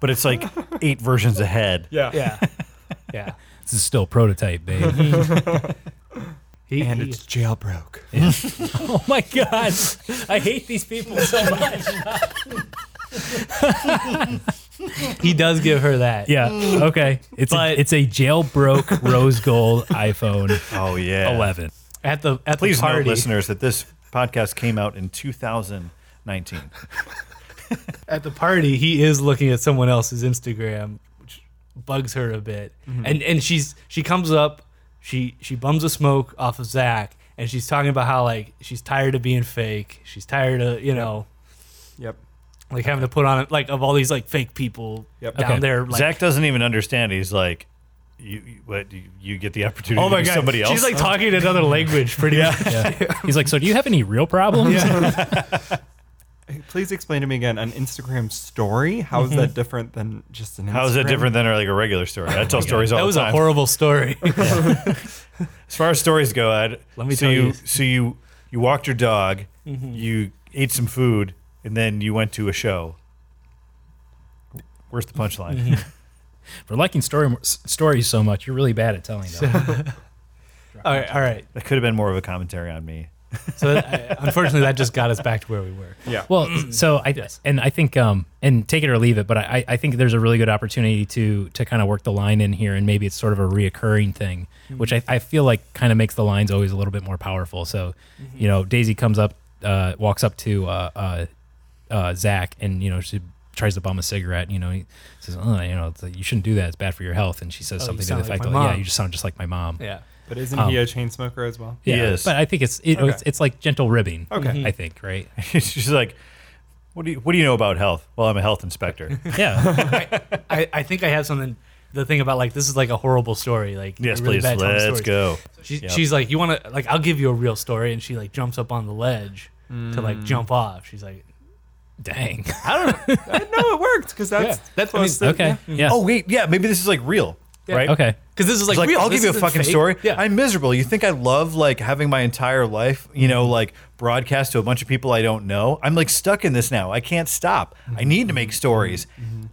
But it's like eight versions ahead. Yeah. yeah yeah This is still prototype, babe. he, And he- it's jailbroke. oh my god. I hate these people so much. he does give her that Yeah. Okay. It's But- a, it's a jailbroke rose gold iPhone Oh yeah. 11. at the at Please the party note, listeners, that this podcast came out in 2019. at the party, he is looking at someone else's Instagram, which bugs her a bit. Mm-hmm. And and she's she comes up, she she bums a smoke off of Zach, and she's talking about how like she's tired of being fake. She's tired of you know Yep. like having to put on like of all these like fake people Yep. down Okay. there. Like, Zach doesn't even understand. He's like, you, you what? You, you get the opportunity. oh my to be god, somebody else. she's like talking another language, pretty much. Yeah. He's like, so do you have any real problems? Please explain to me again an Instagram story. How is that different than just an Instagram? How is that different than like a regular story? I tell stories all Oh That the was time. a horrible story. as far as stories go, I'd, Let me so tell you. Mm-hmm. So you you walked your dog, you ate some food, and then you went to a show. Where's the punchline? Mm-hmm. For liking story s- stories so much, you're really bad at telling them. all right, all right. That could have been more of a commentary on me. So that, unfortunately, that just got us back to where we were. Yeah. well, so I and I think um and take it or leave it, but I I think there's a really good opportunity to to kind of work the line in here, and maybe it's sort of a reoccurring thing, Mm-hmm. which I, I feel like kind of makes the lines always a little bit more powerful. So, Mm-hmm. you know, Daisy comes up, uh, walks up to uh, uh, uh, Zach, and you know she tries to bum a cigarette. And, you know, he says, oh, you know, it's like, you shouldn't do that. It's bad for your health. And she says Oh, you something to sound the like effect my of, yeah, mom. you just sound just like my mom. Yeah. But isn't he a chain smoker as well? He Yeah, is. but I think it's it, Okay. it's it's like gentle ribbing. Okay. Mm-hmm. Mhm. I think right. She's like, what do you what do you know about health? Well, I'm a health inspector. Yeah, I, I think I have something. The thing about like this is like a horrible story. Like yes, a really please. bad telling Let's stories. go. She, Yep. She's like, you want to like I'll give you a real story, and she like jumps up on the ledge to Mm. like jump off. She's like, dang. no, it worked because that's Yeah. that's I mean, close to- Okay. Yeah. Oh wait, yeah, maybe this is like real, right? Okay. because this is like, It's like, real, I'll this give you a isn't fucking fake. story. Yeah, I'm miserable. You think I love like having my entire life, you know, like broadcast to a bunch of people I don't know? I'm like stuck in this now. I can't stop. I need to make stories.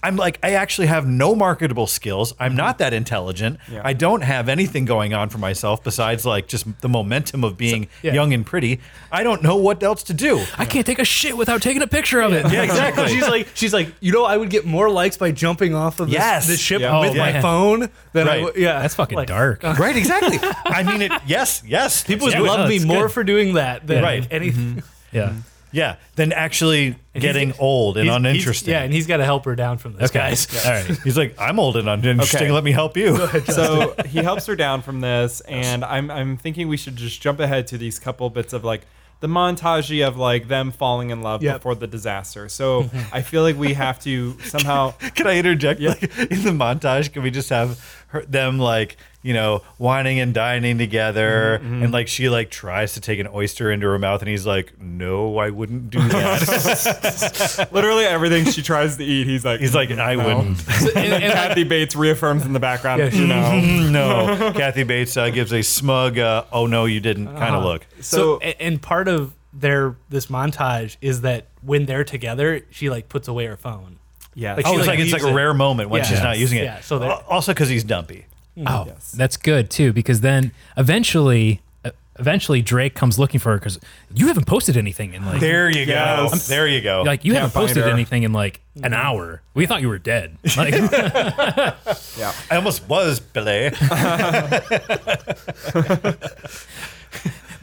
I'm like, I actually have no marketable skills. I'm not that intelligent. Yeah. I don't have anything going on for myself besides like just the momentum of being yeah. young and pretty. I don't know what else to do. I can't take a shit without taking a picture of it. Yeah, exactly. she's like, she's like, you know, I would get more likes by jumping off of this, Yes. this ship Yeah. with Oh, my man. phone than I Right. would. Yeah, That's fucking Like, dark. right, exactly. I mean it. Yes, yes. People would Yeah, no, love me it's more good. for doing that than Right. anything. yeah. Yeah, than actually getting old and He's- he's- uninteresting. yeah, and he's got to help her down from this, Okay. guys. All right. He's like, I'm old and uninteresting. Okay. Let me help you. So he helps her down from this, and I'm I'm thinking we should just jump ahead to these couple bits of like the montage of like them falling in love Yep. before the disaster. So I feel like we have to somehow. Can I interject? Like, in the montage, can we just have her, them like you know whining and dining together, and like she like tries to take an oyster into her mouth, and he's like, No, I wouldn't do that. Literally everything she tries to eat, he's like he's like, I "No." wouldn't. And, then Kathy Bates reaffirms in the background, you know. no, Kathy Bates uh, gives a smug, uh, "Oh no, you didn't" kind of look. uh, So, So- a and part of their this montage is that when they're together, she like puts away her phone. Yeah. Like, Oh, she, it's like it's like leaves a it. rare moment when Yeah. she's not using it. Uh, Yeah, so they're- Al- also because he's dumpy. Oh, Yes. that's good too, because then eventually, uh, eventually Drake comes looking for her because you haven't posted anything in like There you go. Yes. There you go. like you can't haven't find posted her. anything in like an hour. We thought you were dead. Like, Yeah. I almost was Billy.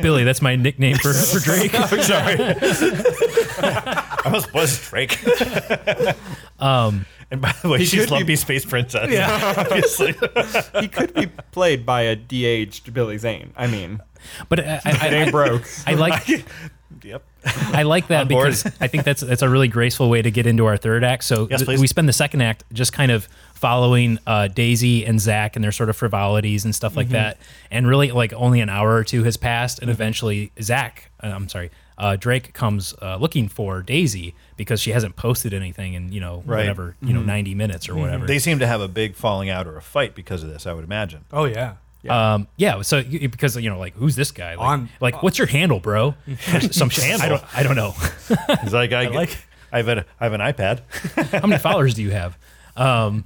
Billy, that's my nickname for, for Drake. I'm sorry. I almost was Drake. um, Um, and by the way, she's could be- Lumpy Space Princess. Yeah, obviously. He could be played by a de-aged Billy Zane. I mean, But I, I, it ain't I, broke. I like yep. I like that board. because I think that's that's a really graceful way to get into our third act. So Yes, th- please. we spend the second act just kind of following uh, Daisy and Zach and their sort of frivolities and stuff like that. And really, like only an hour or two has passed, and eventually Zach, uh, I'm sorry, uh, Drake comes uh, looking for Daisy because she hasn't posted anything in you know Right. whatever you know 90 minutes or whatever. They seem to have a big falling out or a fight because of this. I would imagine. Oh yeah. Um, yeah. So you- because you know, like, who's this guy? Like, On- like what's your handle, bro? Some shit. I don't. I don't know. He's like, I, like- I have a, I have an iPad. How many followers do you have? Um,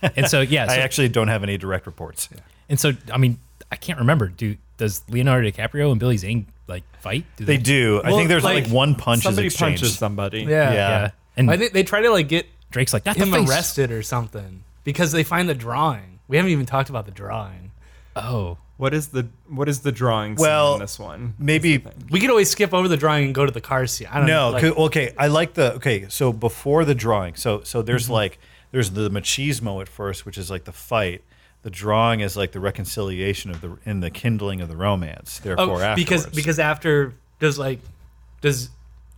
and so yeah. So, I actually don't have any direct reports. and so I mean, I can't remember. Do does Leonardo DiCaprio and Billy Zane like fight? Do They do. I Well, think there's like, like, one punch is Somebody exchanged. punches somebody. Yeah. Yeah. Yeah. And I think they try to like get Drake's like, not the him face. arrested or something because they find the drawing. We haven't even talked about the drawing. Oh, What is the what is the drawing Well, scene in this one? Maybe We could always skip over the drawing and go to the car scene. I don't no. know. Um, like- co- okay, I like the okay. So before the drawing, so so there's Mm-hmm. like there's the machismo at first, which is like the fight. The drawing is like the reconciliation of the in the kindling of the romance. Therefore, oh, afterwards. because because after does like does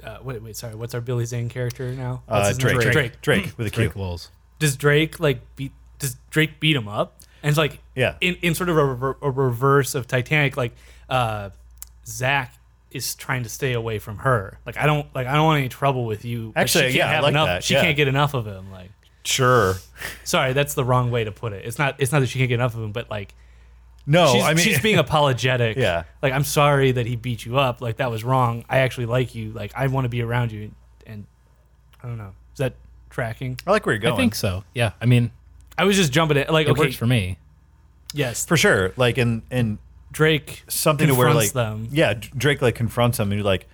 uh, wait wait sorry what's our Billy Zane character now? What's uh, his name? Drake, Drake, Drake. Drake, with a Q. Drake lulls. Does Drake like beat? Does Drake beat him up? And it's like Yeah. in, in sort of a, rever- a reverse of Titanic, like uh, Zach is trying to stay away from her. Like I don't like I don't want any trouble with you. Like, Actually, she can't yeah, I have like enough. that, She yeah. can't get enough of him. Like Sure. sorry, that's the wrong way to put it. It's not it's not that she can't get enough of him, but like No, she's, Oh, I mean she's being apologetic. Yeah. Like, I'm sorry that he beat you up. Like, that was wrong. I actually like you. Like, I want to be around you. And I don't know. Is that tracking? I like where you're going. I think so. Yeah. I mean, I was just jumping it. Like, it okay. works for me. yes. for sure. Like and and Drake something to where like confronts them, yeah, D- Drake like confronts him and he like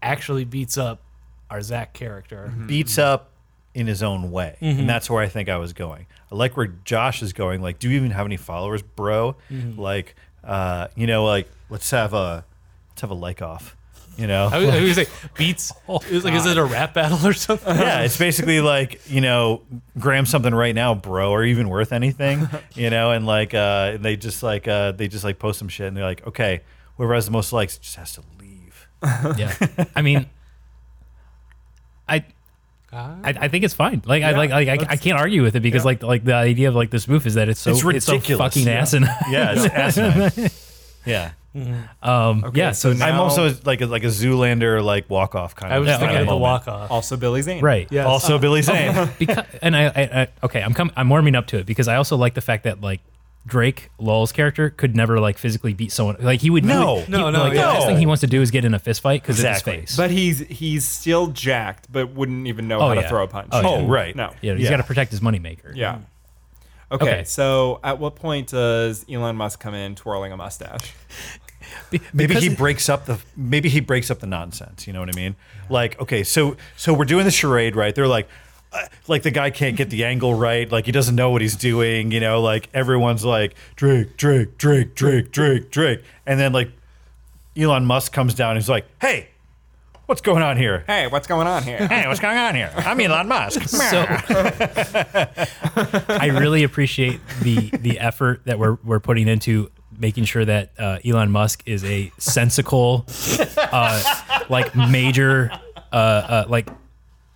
actually beats up our Zach character. beats Hmm. up in his own way, Mm-hmm. and that's where I think I was going. I like where Josh is going. Like, do you even have any followers, bro? Mm-hmm. Like, uh, you know, like let's have a let's have a like off. You know, I was, I was like, beats. Oh, it was like, is it a rap battle or something? yeah, it's basically like you know, gram something right now, bro, or even worth anything, you know, and like uh, and they just like uh, they just like post some shit, and they're like, okay, whoever has the most likes just has to leave. Yeah. I mean, I Ah. I, I think it's fine. Like I like, like I, I can't argue with it because like like the idea of like this move is that it's so It's so ridiculous. fucking Yeah. asinine. Yeah, it's asinine. Yeah, Um, yeah. So, so I'm Now- also like a, like a Zoolander like walk off kind I of. was Yeah, thinking right. of the moment. walk off. also Billy Zane. right. Yes. Also, Billy Zane. Because, and I, I, I okay, I'm com- I'm warming up to it because I also like the fact that like Drake Lowell's character could never like physically beat someone. Like he would No. he would- No, he- no, like, The yeah. last thing he wants to do is get in a fist fight because Exactly. it's his face. But he's he's still jacked, but wouldn't even know Oh, how yeah. to throw a punch. Oh, yeah. Oh, right. No. yeah, he's Yeah. got to protect his moneymaker. Yeah. Okay, Okay. So at what point does Elon Musk come in twirling a mustache? maybe he because- breaks up the maybe he breaks up the nonsense you know what i mean like okay so so we're doing the charade right they're like uh, like the guy can't get the angle right like he doesn't know what he's doing you know like everyone's like drake drake drake drake drake drake and then like elon musk comes down and he's like hey what's going on here Hey, what's going on here? hey what's going on here i'm elon musk So I really appreciate the the effort that we're we're putting into making sure that uh, Elon Musk is a sensical, uh, like major, uh, uh, like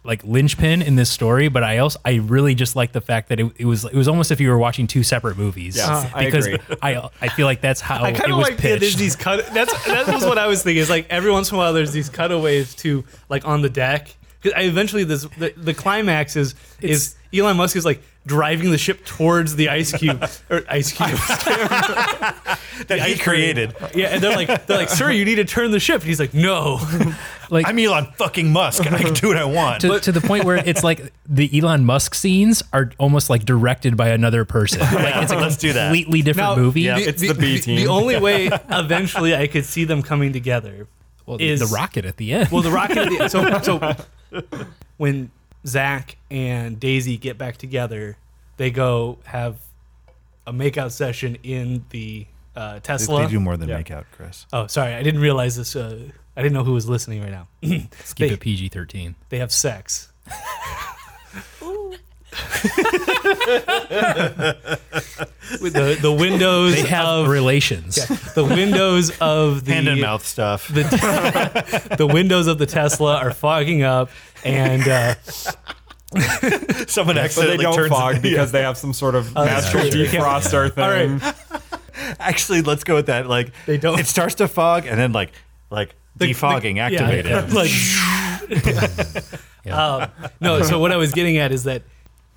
like linchpin in this story. But I also I really just like the fact that it, it was it was almost if you were watching two separate movies. Yes, I because agree. I I feel like that's how Uh, I it kind of was like that there's pitched. these cut. That's that was what I was thinking. Is like every once in a while there's these cutaways to like on the deck 'Cause I eventually this the, the climax is is Elon Musk is like driving the ship towards the ice cube or ice cube. that he created. yeah, and they're like they're like, sir, you need to turn the ship. And he's like, no. Like I'm Elon fucking Musk, and I can do what I want. to, to the point where it's like the Elon Musk scenes are almost like directed by another person. Like it's a Let's do that. completely different Now- movie. Yeah. It's the B team. The only way eventually I could see them coming together Well, is the rocket at the end. Well, the rocket. at the- so, so when Zach and Daisy get back together, they go have a makeout session in the uh, Tesla. They do more than Yeah. make out, Chris. Oh, sorry, I didn't realize this. Uh, I didn't know who was listening right now. Let's keep they- it PG thirteen. they have sex. With the, the windows They have relations. the windows of the Hand and mouth stuff. the, the windows of the Tesla are fogging up, and uh, Someone But they accidentally don't turns. fog because they have some sort of that's natural true. You can't- defroster all thing. right, Actually, let's go with that. Like They don't- It starts to fog, and then like like defogging Yeah, activated. like- Um, no, so what I was getting at is that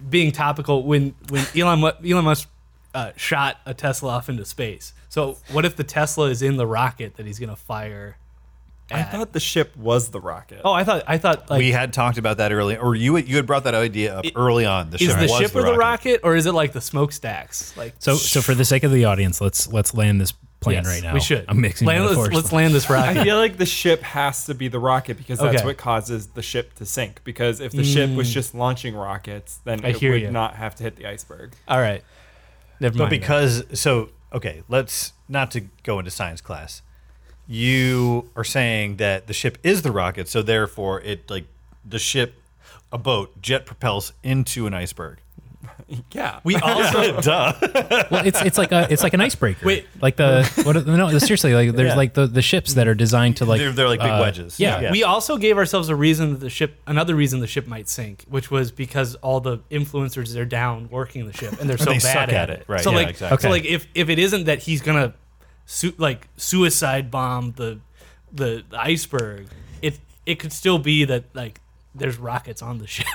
being topical when when Elon Mu- Elon Musk uh, shot a Tesla off into space. So what if the Tesla is in the rocket that he's going to fire? I at- thought the ship was the rocket. Oh, I thought I thought like we had talked about that earlier, or you you had brought that idea up early on. The is ship the was ship or the rocket, or is it like the smokestacks? Like So, so for the sake of the audience, let's let's land this plane Yes, right now. We should. I'm mixing Land, let's, metaphors. let's land this I rocket. feel like the ship has to be the rocket because that's Okay. Mm. what causes the ship to sink. Because if the ship was just launching rockets, then I it hear would you. not have to hit the iceberg. All right. Never But mind. because so okay, let's not to go into science class. You are saying that the ship is the rocket, so therefore it like the ship, a boat, jet propels into an iceberg. Yeah. we also Duh. well, it's it's like a it's like an icebreaker. Wait. like the what? are- No, seriously, like there's like the, the ships that are designed to like uh, They're- they're like big wedges. Yeah, Yeah. We also gave ourselves a reason that the ship, another reason the ship might sink, which was because all the influencers are down working the ship and they're so They bad suck at it. Right, So yeah, like, exactly. so Okay. like if if it isn't that he's gonna su- like suicide bomb the the iceberg, it it could still be that like there's rockets on the ship.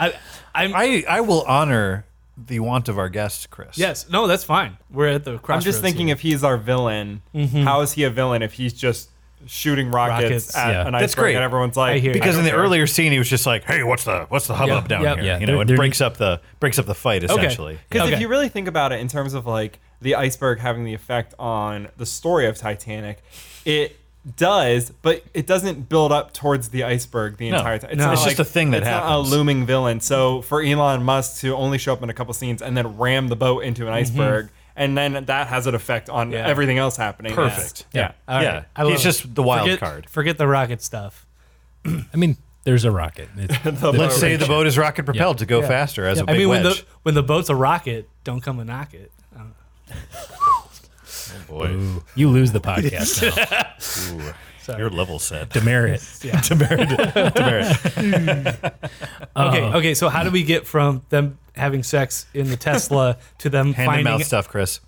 I I'm I I will honor the want of our guest, Chris. yes no that's fine. We're at the I'm crossroads. just thinking here. Mm-hmm. if he's our villain, how is he a villain if he's just shooting rockets, Rockets, at yeah. an That's iceberg great. and everyone's like, I hear you. Because I in the don't care. earlier scene, he was just like, "Hey, what's the what's the hubbub down yep. here?" Yeah, you know, there- it there breaks needs- up the breaks up the fight Okay. essentially. Because Okay. if you really think about it in terms of like the iceberg having the effect on the story of Titanic, it does, but it doesn't build up towards the iceberg the entire time. no, not it's just a thing that it's not happens. a looming villain. So for Elon Musk to only show up in a couple scenes and then ram the boat into an Mm-hmm. iceberg, and then that has an effect on Yeah. everything else happening. Perfect. Yeah. All right. yeah, I love he's it. just the wild forget, card. Forget the rocket stuff. I mean, there's a rocket. It's- Let's say the boat is rocket propelled to go Yeah. faster as a big I mean, wedge. when the when the boat's a rocket, don't come and knock it. I don't- Boy, Ooh, you lose the podcast now. your level set. Demerit. Yeah. Okay. Okay. So how do we get from them having sex in the Tesla to them Hand and mouth finding stuff, Chris.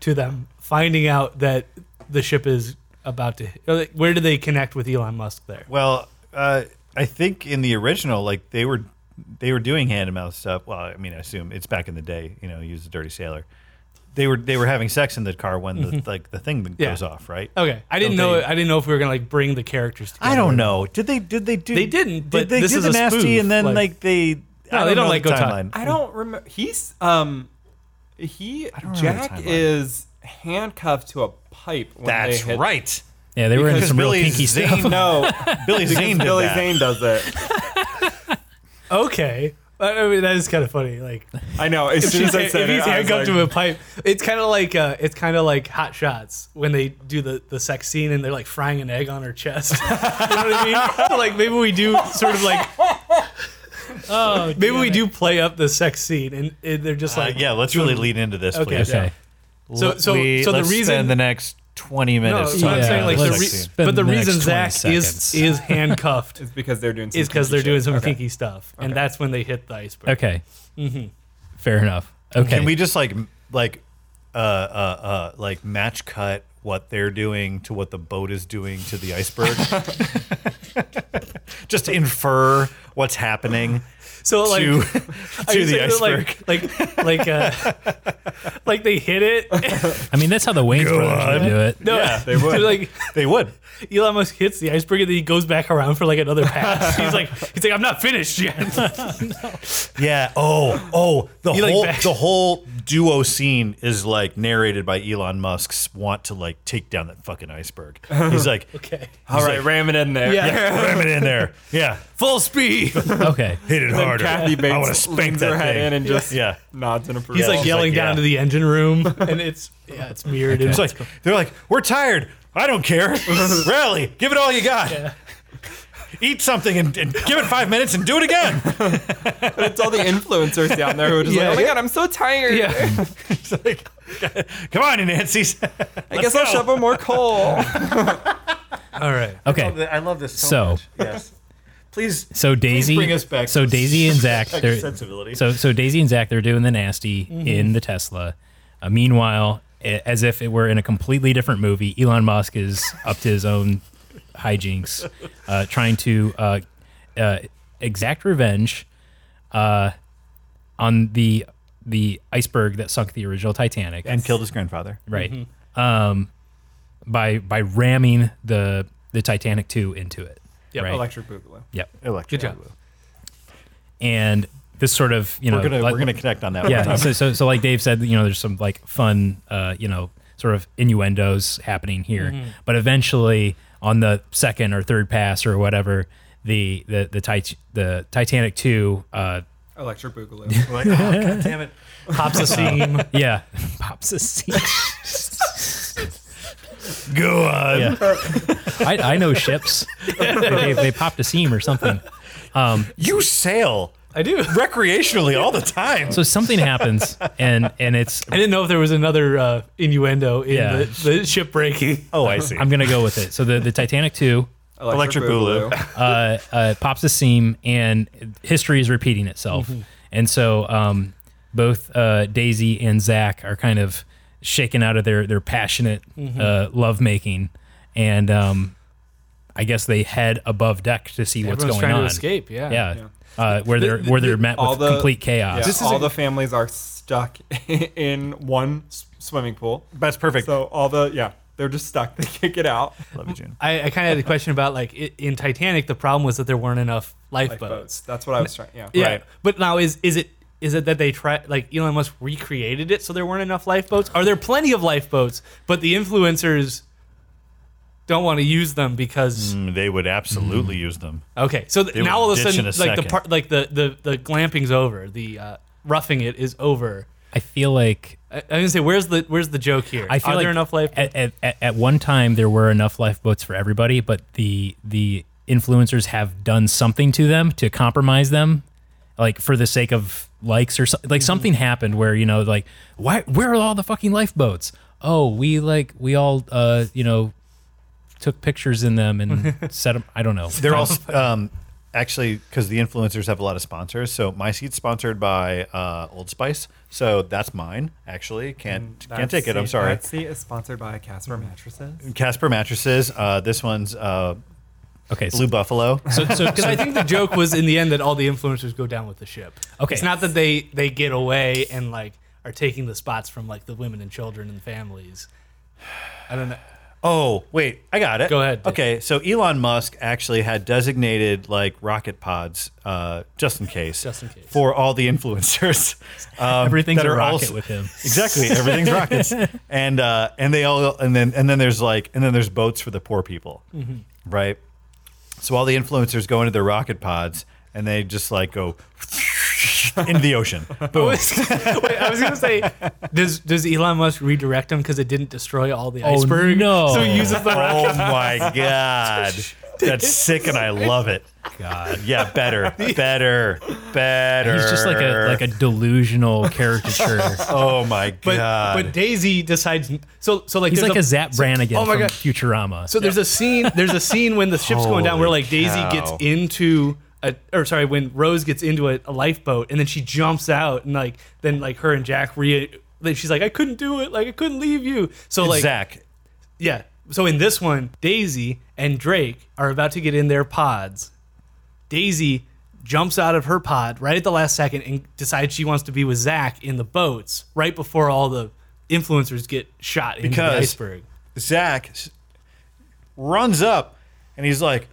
to them finding out that the ship is about to? like, Where do they connect with Elon Musk there? Well, uh, I think in the original, like they were they were doing hand and mouth stuff. Well, I mean, I assume it's back in the day. You know, use the dirty sailor. They were they were having sex in the car when the like the thing Mm-hmm. Yeah. goes off, right? Okay. I didn't know. Don't they- I didn't know if we were gonna like bring the characters. together. I don't know. Did they did they do? They didn't, Did but they this do is the a nasty spoof, and then like- like, they? No, I they don't know like the go talk. timeline. I don't remember. He's um, he remember the Jack timeline. is handcuffed to a pipe. When That's they hit right. Yeah, they were in Because some real Billy kinky Zane- stuff. No, Billy Zane did Billy that. Zane does it. Okay. I I mean, that is kind of funny. Like, I know. As if soon she's, as I if said it, he's I was handcuffed like, to a pipe, it's kind of like uh, it's kind of like Hot Shots when they do the, the sex scene and they're like frying an egg on her chest. you know what I mean? So, like maybe we do sort of like Oh, maybe we do play up the sex scene and, and they're just Uh, like yeah, let's really lean into this, Okay. please. Okay. So so We- so the let's reason spend the next twenty no, minutes. so I'm Yeah, saying like the let's re- spend but the the next reason 20 Zach seconds. is is handcuffed It's because they're doing. Some is because they're kinky doing shit. some Okay. kinky stuff and that's when they hit the iceberg. Okay. Mm-hmm. Fair enough. Okay. Can we just like m- like uh uh uh like match cut what they're doing to what the boat is doing to the iceberg? just infer what's happening So like to, I to just the think that, iceberg. Like like like uh, like they hit it. I mean, that's how the Wayne's brothers on. would do it. No, Yeah, they would. like they would. Elon Musk hits the iceberg and then he goes back around for like another pass. he's like he's like I'm not finished yet. Yeah. Oh, oh, the He, like, whole back- the whole duo scene is like narrated by Elon Musk's want to like take down that fucking iceberg. He's like, okay. All right, ram it in there. Yeah. ram it in there. Yeah. Full speed. Okay. Hit it Then harder. Kathy Bates I want to spank leans her that head thing. in and just yeah. nods in approval. He's like she's yelling like, down yeah. to the engine room and it's yeah, it's mirrored. It's It's like they're like, we're tired. I don't care. Rally. Give it all you got. Eat something and, and give it five minutes and do it again. it's all the influencers down there who are just Yeah, like, oh my yeah. god, I'm so tired. yeah. It's like, come on, you Nancy's. I guess I'll go. shovel more coal. All right. Okay. I love this So- much. Yes. Please So Daisy. bring us back So to Daisy and Zach. They're, sensibility. Mm-hmm. so so Daisy and Zach they're doing the nasty in the Tesla. Uh, meanwhile, a- as if it were in a completely different movie, Elon Musk is up to his own hijinks, uh, trying to uh, uh, exact revenge uh, on the the iceberg that sunk the original Titanic. and Mm-hmm. killed his grandfather. right um by by ramming the the titanic 2 into it Yep, right Electric Boogaloo. yep Electric. Good job. and this sort of you know We're gonna like- we're gonna connect on that. one yeah time. so, so so like dave said you know there's some like fun uh you know sort of innuendos happening here Mm-hmm. but eventually on the second or third pass or whatever the the the, tit- the titanic 2 uh Electric Boogaloo. We're like, oh, God damn it. Pops a seam. yeah pops a seat Go on. yeah I, I know ships they, they popped a seam or something You sail I do. recreationally all the time. so something happens and and it's I didn't know if there was another uh, innuendo in Yeah. the, the ship breaking. oh, I see. I'm gonna go with it. So the, the Titanic two Electric Boogaloo. uh, uh, pops a seam, and history is repeating itself. And so um, both uh, Daisy and Zach are kind of shaken out of their their passionate uh, lovemaking, and um, I guess they head above deck to see what's Everyone's going trying on. to escape. Yeah. Yeah. Uh, where they're the- where they're met all with the- complete Yeah, chaos. This is all a- the families are stuck in one s- swimming pool. That's perfect. So all the yeah, they're just stuck. They can't get out. Love you, June. I, I kind of had a question about like i in Titanic. The problem was that there weren't enough Like lifeboats. boats. That's what I was trying. Yeah. Yeah, Right. but now is is it is it that they try like Elon Musk recreated it so there weren't enough lifeboats? Are there plenty of lifeboats, but the influencers don't want to use them because Mm, They would absolutely use them. okay, so th- They now would all of a ditch in sudden a like the second. part like the the the glamping's over, the uh, roughing it is over. I feel like I, I'm gonna say where's the where's the joke here? I feel Are like there enough lifeboats? at, at, at, at one time there were enough lifeboats for everybody, but the the influencers have done something to them to compromise them, like for the sake of likes or so, Mm-hmm. like something happened where you know like why where are all the fucking lifeboats? Oh, we like we all uh you know took pictures in them and set them. I don't know. They're all um, actually because the influencers have a lot of sponsors. So my seat's sponsored by uh, Old Spice. So that's mine. Actually, can't can't take it. I'm sorry. That seat is sponsored by Casper Hmm. Mattresses. Casper mattresses. Uh, this one's uh, okay. So, Blue Buffalo. so, so, Because I think the joke was in the end that all the influencers go down with the ship. Okay. It's not that they they get away and like are taking the spots from like the women and children and families. I don't know. Oh, wait, I got it. Go ahead, Dave. Okay, so Elon Musk actually had designated like rocket pods, uh, just in case, Just in case. for all the influencers. Um, everything's that a are rocket also- with him. Exactly, everything's rockets, and uh, and they all and then and then there's like and then there's boats for the poor people, right? So all the influencers go into their rocket pods and they just like go into the ocean. Boom. Wait, I was gonna say, does does Elon Musk redirect them because it didn't destroy all the Oh, iceberg? no. So he uses the rocket. Oh my god. That's sick and I love it. God. Yeah, better. Better. Better. He's just like a like a delusional caricature. Oh my But god. but Daisy decides. So so like He's there's like a, Zap Brannigan oh my from God. Futurama. So there's a scene. There's a scene when the ship's going down where Holy like Daisy cow. gets into a, or sorry, when Rose gets into a, a lifeboat and then she jumps out and like then like her and Jack re. Then she's like, I couldn't do it. Like I couldn't leave you. So like Zach. yeah. So in this one, Daisy and Drake are about to get in their pods, Daisy jumps out of her pod right at the last second and decides she wants to be with Zach in the boats right before all the influencers get shot into the Because- iceberg. Zach s- runs up and he's like,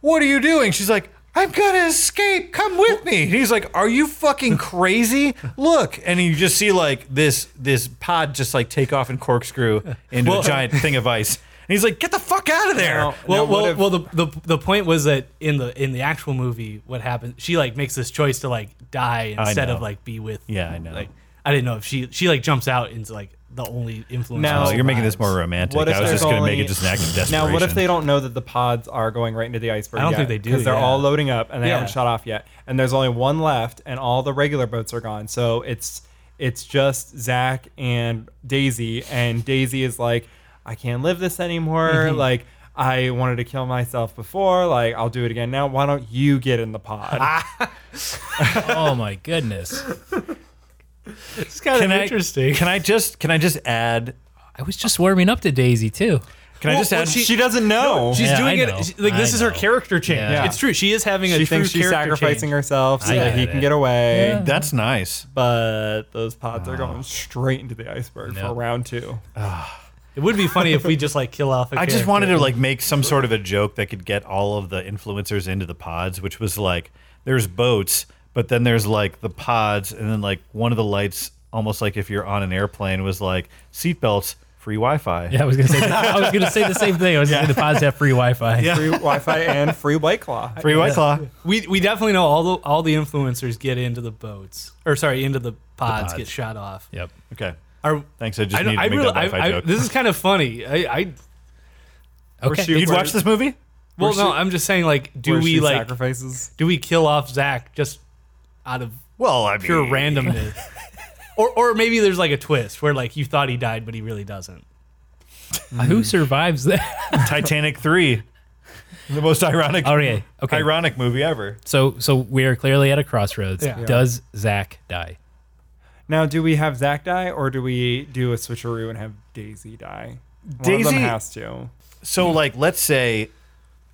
What are you doing? She's like, I'm gonna escape. Come with me. And he's like, Are you fucking crazy? Look. And you just see like this this pod just like take off and corkscrew into a giant thing of ice. And he's like, Get the fuck out of there. Now- Well, now what well, if- well. The, the the point was that in the in the actual movie, what happens? She like makes this choice to like die instead of know. like be with. Yeah, I know. Like, I didn't know if she she like jumps out into like the only influence. Now- Oh, you're making this more romantic. What if I was there's just gonna make only- it just an act of desperation. Now, what if they don't know that the pods are going right into the iceberg? I don't yet? think they do, because they're yeah. all loading up and they Yeah. haven't shot off yet. And there's only one left, and all the regular boats are gone. So it's it's just Zach and Daisy, and Daisy is like, I can't live this anymore. Mm-hmm. Like. I wanted to kill myself before. Like, I'll do it again now. Why don't you get in the pod? oh my goodness. It's kind of Can I- interesting. Can I just can I just add I was just warming up to Daisy too. can I Well, just well, add she doesn't know. She's Yeah, I doing know. it she- like this I is her know. character change. Yeah. It's true. She is having a true she thinks she's character sacrificing change. herself so I that he get can it. get away. Yeah. that's nice. But those pods are going straight into the iceberg for round two. It would be funny if we just like kill off. I I just wanted to like make some sort of a joke that could get all of the influencers into the pods, which was like there's boats, but then there's like the pods, and then like one of the lights, almost like if you're on an airplane, was like seatbelts, free Wi-Fi. Yeah, I was gonna say. I was gonna say the same thing. I was gonna say the pods have free Wi-Fi. Yeah. free Wi-Fi and free White Claw. Free White Claw. We we definitely know all the all the influencers get into the boats or sorry into the pods, get shot off. Yep. Okay, Are, thanks. I just I need don't. to I make really. that Wi-Fi I, I, joke. this is kind of funny. I. I Okay. shooting- You'd watch this movie? well, Where no. she- I'm just saying. Like, do Where she we like? sacrifices? Do we kill off Zach just out of Well, I mean, pure randomness? Or, or maybe there's like a twist where like you thought he died but he really doesn't. Who survives that? Titanic three, the most ironic, Okay. Okay. ironic movie ever. So so we are clearly at a crossroads. Yeah. Does Zach die? Now, do we have Zach die or do we do a switcheroo and have Daisy die? One of them Daisy- has to. So like let's say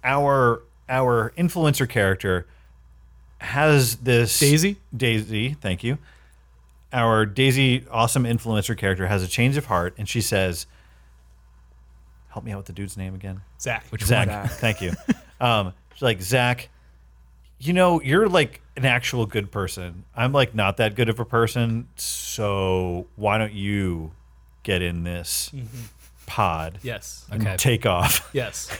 our our influencer character has this Daisy? Daisy, thank you. Our Daisy awesome influencer character has a change of heart and she says Help me out with the dude's name again. Zach. Which Zach. Zach. Thank you. Um she's like Zach you know, you're like an actual good person. I'm like not that good of a person, so why don't you get in this pod Yes. and Okay. take off? Yes.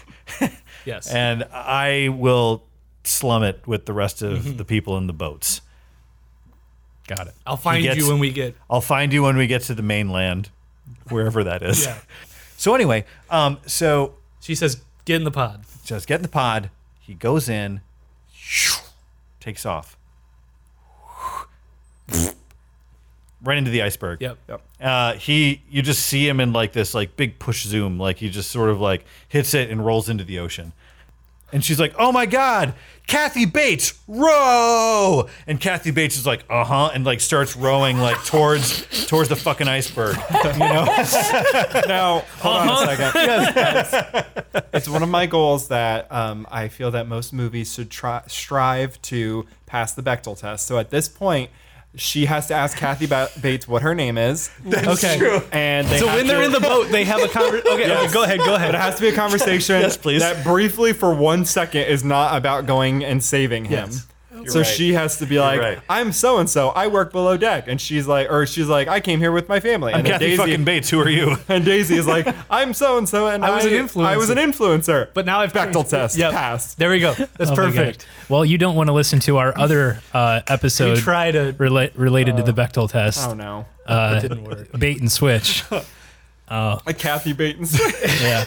Yes. and I will slum it with the rest of the people in the boats. Got it. I'll find He gets- you when we get. I'll find you when we get to the mainland, wherever that is. Yeah. So anyway, um, so She says, "Get in the pod." just get in the pod. He goes in, takes off, right into the iceberg. Yep. Yep. Uh, he, you just see him in like this like big push zoom, like he just sort of like hits it and rolls into the ocean. And she's like, "Oh my god, Kathy Bates, row!" And Kathy Bates is like, "Uh huh," and like starts rowing like towards towards the fucking iceberg. You know? Now, hold on a second. it's one of my goals that um, I feel that most movies should try, strive to pass the Bechtel test. So at this point, she has to ask Kathy ba- Bates what her name is. That's Okay. true. And they So have when they're to- in the Oh, boat, they have a conversation. Okay, okay, go ahead, go But it ahead. has to be a conversation Yes, please. that briefly for one second is not about going and saving him. Yes. So right. she has to be like, right. I'm so and so. I work below deck. And she's like, or she's like, I came here with my family. And then Kathy Daisy, fucking Bates, who are you? and Daisy is like, I'm so and so. And I was an I was an influencer. But now I've Bechtel changed. test Yep. passed. There we go. That's Oh my perfect. gosh. Well, you don't want to listen to our other uh, We episode try to. rela- related to the Bechtel test. Oh no. uh, didn't work. Bait and switch. A Kathy Bates. yeah.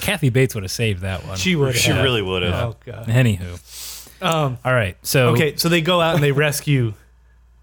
Kathy Bates would have saved that one. She would. She have. really would have. Oh god. Anywho. Um. All right. So Okay, so they go out and they rescue.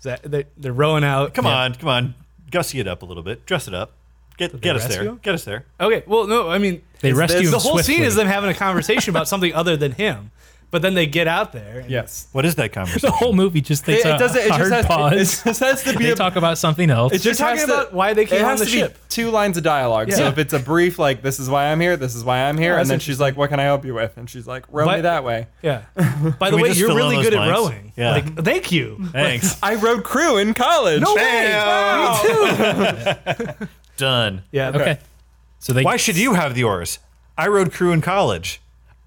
Zach. They, they're rowing out. Come on, come on, gussy it up a little bit, dress it up, get get us rescue there, him? get us there. Okay. Well, no. I mean, They it's- rescue it's- him The whole scene swiftly. is them having a conversation about something other than him. But then they get out there. and Yes. What is that conversation? The whole movie just takes It, it a doesn't. It hard just, has, pause. it just has to be. they a, talk about something else. it just It has has to- to- why they came it on has the to ship. Be two lines of dialogue. So Yeah. if it's a brief, like this is why I'm here, this is why I'm here, Oh, and that's then she's like, "What can I help you with?" And she's like, "Row But- me that way." Yeah. By the we way, just you're fill in really those good at blanks? rowing. Yeah. Like, thank you. Thanks. I rowed crew in college. No way. Damn. Me too. Done. Yeah. okay. So they Why should you have the oars? I rode crew in college.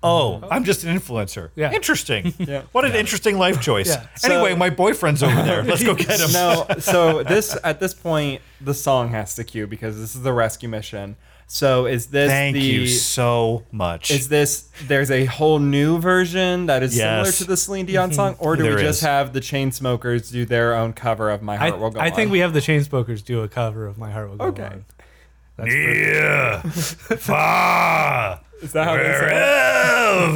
Oh, I'm just an influencer. Yeah. Interesting. Yeah. What an interesting life choice. Yeah. anyway, So- my boyfriend's over there. Let's go get him. no, so this at this point the song has to cue because this is the rescue mission. So is this Thank the you so much. is this there's a whole new version that is similar Yes. to the Celine Dion song, or do There we just is. have the chain smokers do their own cover of My I, Heart Will Go I On? think we have the Chainsmokers do a cover of My Heart Will Go Okay. On. yeah. Far. is that how they sound?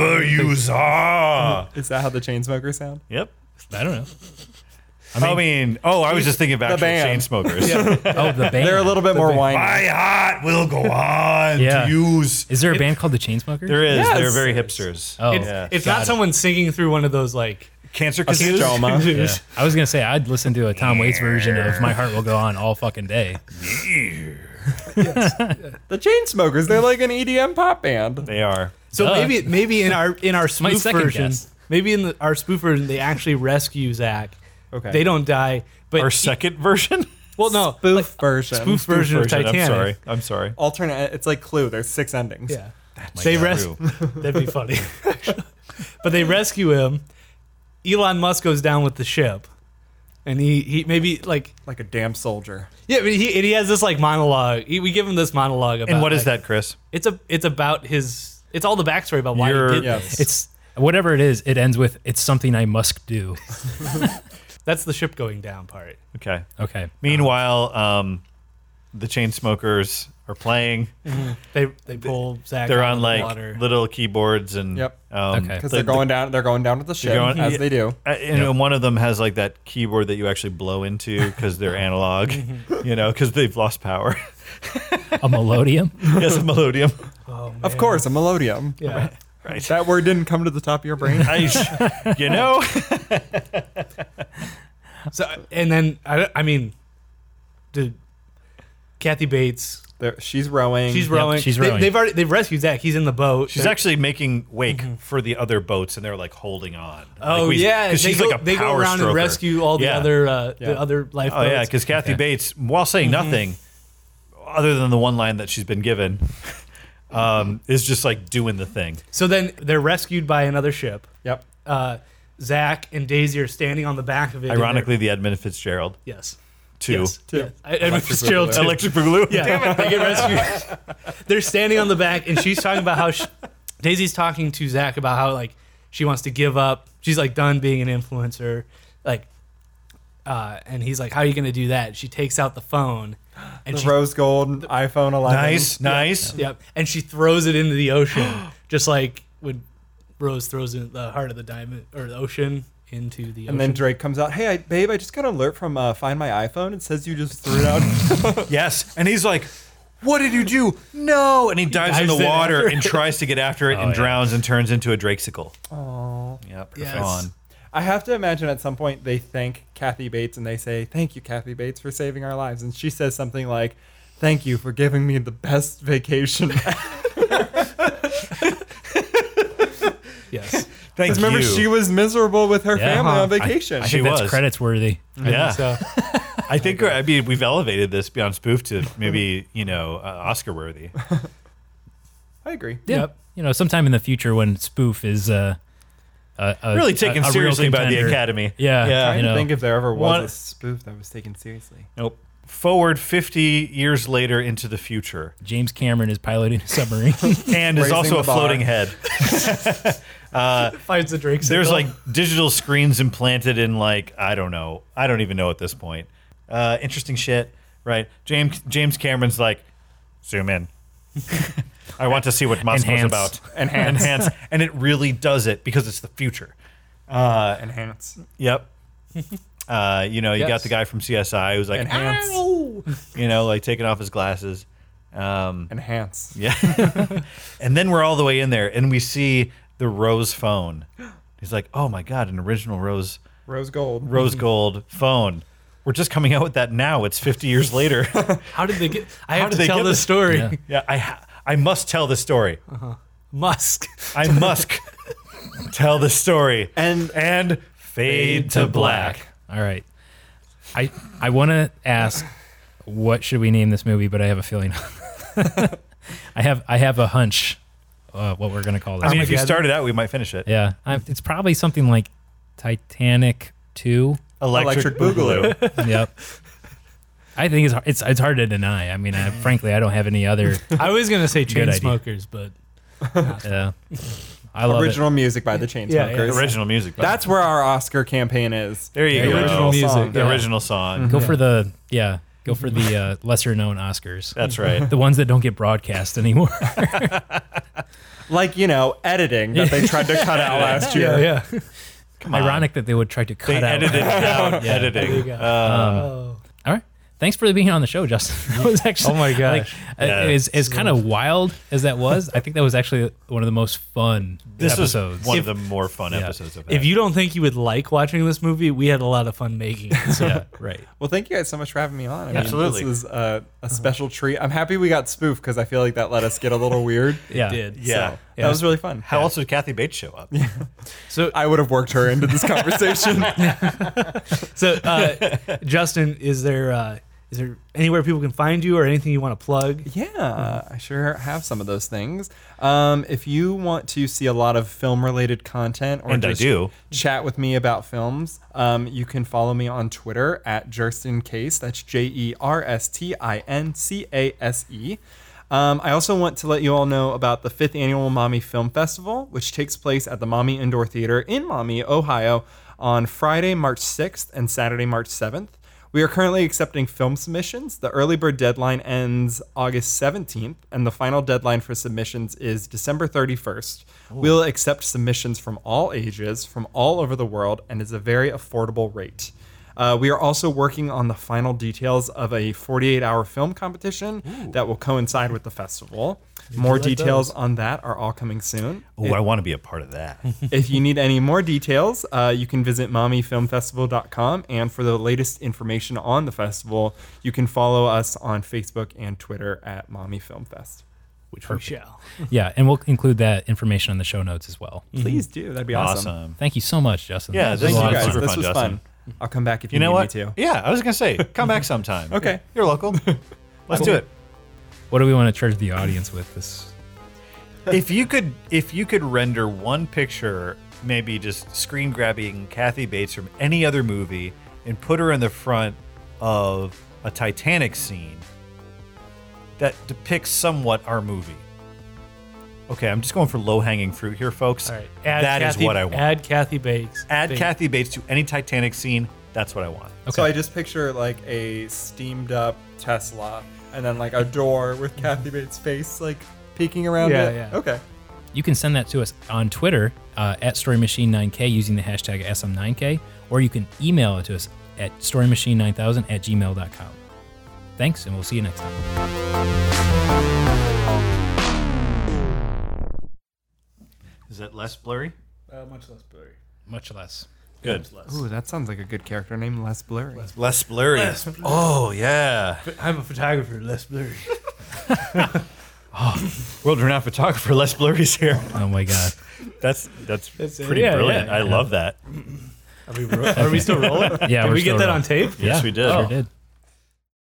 Wherever you are. Is that how the chain smokers sound? Yep. I don't know. I mean, oh, I was just thinking of actual band. chain smokers. Oh, the band. They're a little bit more band. whiny. My heart will go on Yeah. to use. Is there a band called the Chainsmokers? There is. They're Yes. very hipsters. Oh, It's, Yeah. it's got not it. someone singing through one of those like Cancer Astro- confused. Joma. Yeah. I was gonna say I'd listen to a Tom Waits version of "My Heart Will Go On" all fucking day. The chain smokers, they're like an EDM pop band. They are. So Duh. maybe maybe in our in our my spoof second version, guess. maybe in the, our spoof version they actually rescue Zach. Okay. They don't die, but Our second version. well no Spoof like, version. spoof version of version. Titanic. I'm sorry. I'm sorry. Alternate it's like clue. There's six endings. Yeah, they God. rescue. That'd be funny, but they rescue him. Elon Musk goes down with the ship, and he he maybe like Like a damn soldier. yeah, but he and he has this like monologue. He, we give him this monologue about And what is like, that, Chris? It's a it's about his. It's all the backstory about why You're- he did Yes. this. It's whatever it is. It ends with "It's something I must do." That's the ship going down part. Okay. Okay. Meanwhile, um, the chain smokers are playing. They they pull Zach. They're out of on the like water. little keyboards and Yep. Um, Okay. Because the- they're the- going down they're going down with the ship going- as they do. uh, and one of them has like that keyboard that you actually blow into because they're analog, you know, because they've lost power. A melodium. yes, a melodium. Of course, a melodium. Yeah. Right. That word didn't come to the top of your brain. I- you know. So and then I, I mean, the Kathy Bates. There- she's rowing. She's rowing. she's they, rowing. They've already they've rescued Zach. He's in the boat. She's They're- actually making wake for the other boats, and they're like holding on. Mm-hmm. Oh like we- yeah, 'cause they, she's go, like a they go power around stroker. and rescue all the Yeah. other Mm-hmm. uh, Yeah. the other Oh lifeboats. yeah, because Kathy Okay. Bates, while saying nothing, other than the one line that she's been given, um, is just like doing the thing. so then they're rescued by another ship. Yep. Uh, Zach and Daisy are standing on the back of it. and Ironically, the Edmund Fitzgerald they're- yes, too. yes, Two. yes. I- Edmund Fitzgerald too. Electric Boogaloo. Yeah, they get rescued. They're standing on the back, and she's talking about how she, Daisy's talking to Zach about how like she wants to give up. She's like done being an influencer, like, uh, and he's like, "How are you going to do that?" She takes out the phone, and The she, rose gold iPhone 11. Nice, nice. yep, and she throws it into the ocean, just like when Rose throws in the heart of the diamond or the ocean into the ocean. And then Drake comes out. Hey, I, babe, I just got an alert from uh, Find My iPhone. It says you just threw it out. Yes, and he's like. What did you do? No, and he dives, dives in the in water after. and tries to get after it and yeah. drowns and turns into a Drakesicle. Oh, yep, Yes. gone. I have to imagine at some point they thank Kathy Bates and they say, Thank you, Kathy Bates, for saving our lives. And she says something like, Thank you for giving me the best vacation. yes, Thank Remember, you. she was miserable with her Yeah. family on Uh-huh. vacation. I She think that's was. credits worthy. yeah. so I think I mean we've elevated this beyond spoof to maybe you know uh, Oscar worthy. I agree. Yep. You know, sometime in the future when spoof is uh, a, a, Really a- taken a real seriously by the contender. Academy. Yeah. yeah. I You know. think if there ever was One- a spoof that was taken seriously. Nope. Forward 50 years later into the future, James Cameron is piloting a submarine. and is Raising also the a floating bar. head. finds the Drake. There's signal. like digital screens implanted in like I don't know, I don't even know at this point. Uh, interesting shit, right? James James Cameron's like, zoom in. I want to see what Moscow's Enhance. about. Enhance, enhance, and it really does it because it's the future. Uh, Enhance. Yep. Uh, you know, you got Yes. the guy from CSI who's like, Enhance. "Ow!" you know, like taking off his glasses. Um, Enhance. yeah. and then we're all the way in there and we see the Rose phone He's like, oh my god, an original rose Rose gold. rose gold phone. We're just coming out with that now. It's 50 years later. How did they get? I How have did to they tell get the this- story. Yeah. yeah, I ha- I must tell the story. Musk. I must tell the story And- and fade to black. All right. I I want to ask what should we name this movie, but I have a feeling. I have I have a hunch uh, what we're gonna call this. I mean, if you Armageddon. started out, we might finish it. yeah, i it's probably something like Titanic Two. Electric, Electric Boogaloo. Boogaloo. Yep. I think it's har- it's it's hard to deny. I mean, I, frankly, I don't have any other. I was gonna say Good chain idea. smokers, but Uh, I love it. Original music by the Chainsmokers. Yeah, yeah, original music. by the That's where our Oscar campaign is. There you The go. original music, song. The yeah. original song. Go for the yeah. Go for the uh, lesser known Oscars. That's right. the ones that don't get broadcast anymore. Like, you know, editing that they tried to cut out last year. yeah, yeah. Come on. Ironic that they would try to cut They out. edited it out. Editing. Um, oh. All right. Thanks for being on the show, Justin. That was actually. Oh my Like, gosh. uh, Yeah. as as kind of wild as that was, I think that was actually one of the most fun this episodes. was one If- of the more fun episodes of If you don't think you would like watching this movie, we had a lot of fun making it. So yeah, right. Well, thank you guys so much for having me on. I mean, Absolutely. This was a, a special treat. I'm happy we got spoofed because I feel like that let us get a little weird. Yeah. did. So, Yeah. That was really fun. How else would Kathy Bates show up? So I would have worked her into this conversation. so uh, Justin, is there uh, is there anywhere people can find you or anything you want to plug? Yeah, Mm-hmm. I sure have some of those things. Um, if you want to see a lot of film related content or And I just do. chat with me about films, um, you can follow me on Twitter at Jerstincase. That's J E R S T I N C A S E. Um, I also want to let you all know about the fifth annual Mommy Film Festival, which takes place at the Mommy Indoor Theater in Mommy, Ohio, on Friday, March 6th and Saturday, March 7th. We are currently accepting film submissions. The early bird deadline ends August 17th, and the final deadline for submissions is December 31st. We'll accept submissions from all ages, from all over the world, and it's a very affordable rate. Uh, we are also working on the final details of a 48 hour film competition that will coincide with the festival. More details on that are all coming soon Oh, I want to be a part of that. if you need any more details, uh, you can visit mommyfilmfestival.com. And for the latest information on the festival, you can follow us on Facebook and Twitter at Mommy Film Fest. Which we shall. Yeah, and we'll include that information on the show notes as well. Please do. That'd be awesome. awesome. Thank you so much, Justin. Mm. Yeah, This was thank Thank a you lot of fun. guys. super This fun, was Justin. fun. I'll come back if you, You know need what? me to. Yeah, I was gonna say, come back sometime. Okay. you're local. Let's do it. What do we want to charge the audience with this? If you could, if you could render one picture, maybe just screen grabbing Kathy Bates from any other movie and put her in the front of a Titanic scene that depicts somewhat our movie. Okay, I'm just going for low hanging fruit here, folks. All right. That is Kathy- what I want. Add, Add Kathy Bates. Bates. Kathy Bates to any Titanic scene. That's what I want. So I just picture like a steamed up Tesla and then like a door with Kathy Bates' face like peeking around Yeah, it. yeah. Okay. You can send that to us on Twitter uh, at StoryMachine9K using the hashtag SM9K, or you can email it to us at StoryMachine9000 at gmail.com. Thanks, and we'll see you next time. Is that less blurry? Uh, much less blurry. Much less. Good. Ooh, that sounds like a good character name, Les Blurry. Less blurry. Oh yeah. I'm a photographer. Less blurry. World renowned photographer Les Blurry's here. Oh my God. That's that's, That's it. pretty Yeah, brilliant. yeah. I love that. Are we, ro- are we still rolling? Yeah, Did we're we get still that rolling. on tape? Yes, Yeah, we did. Sure Oh. did.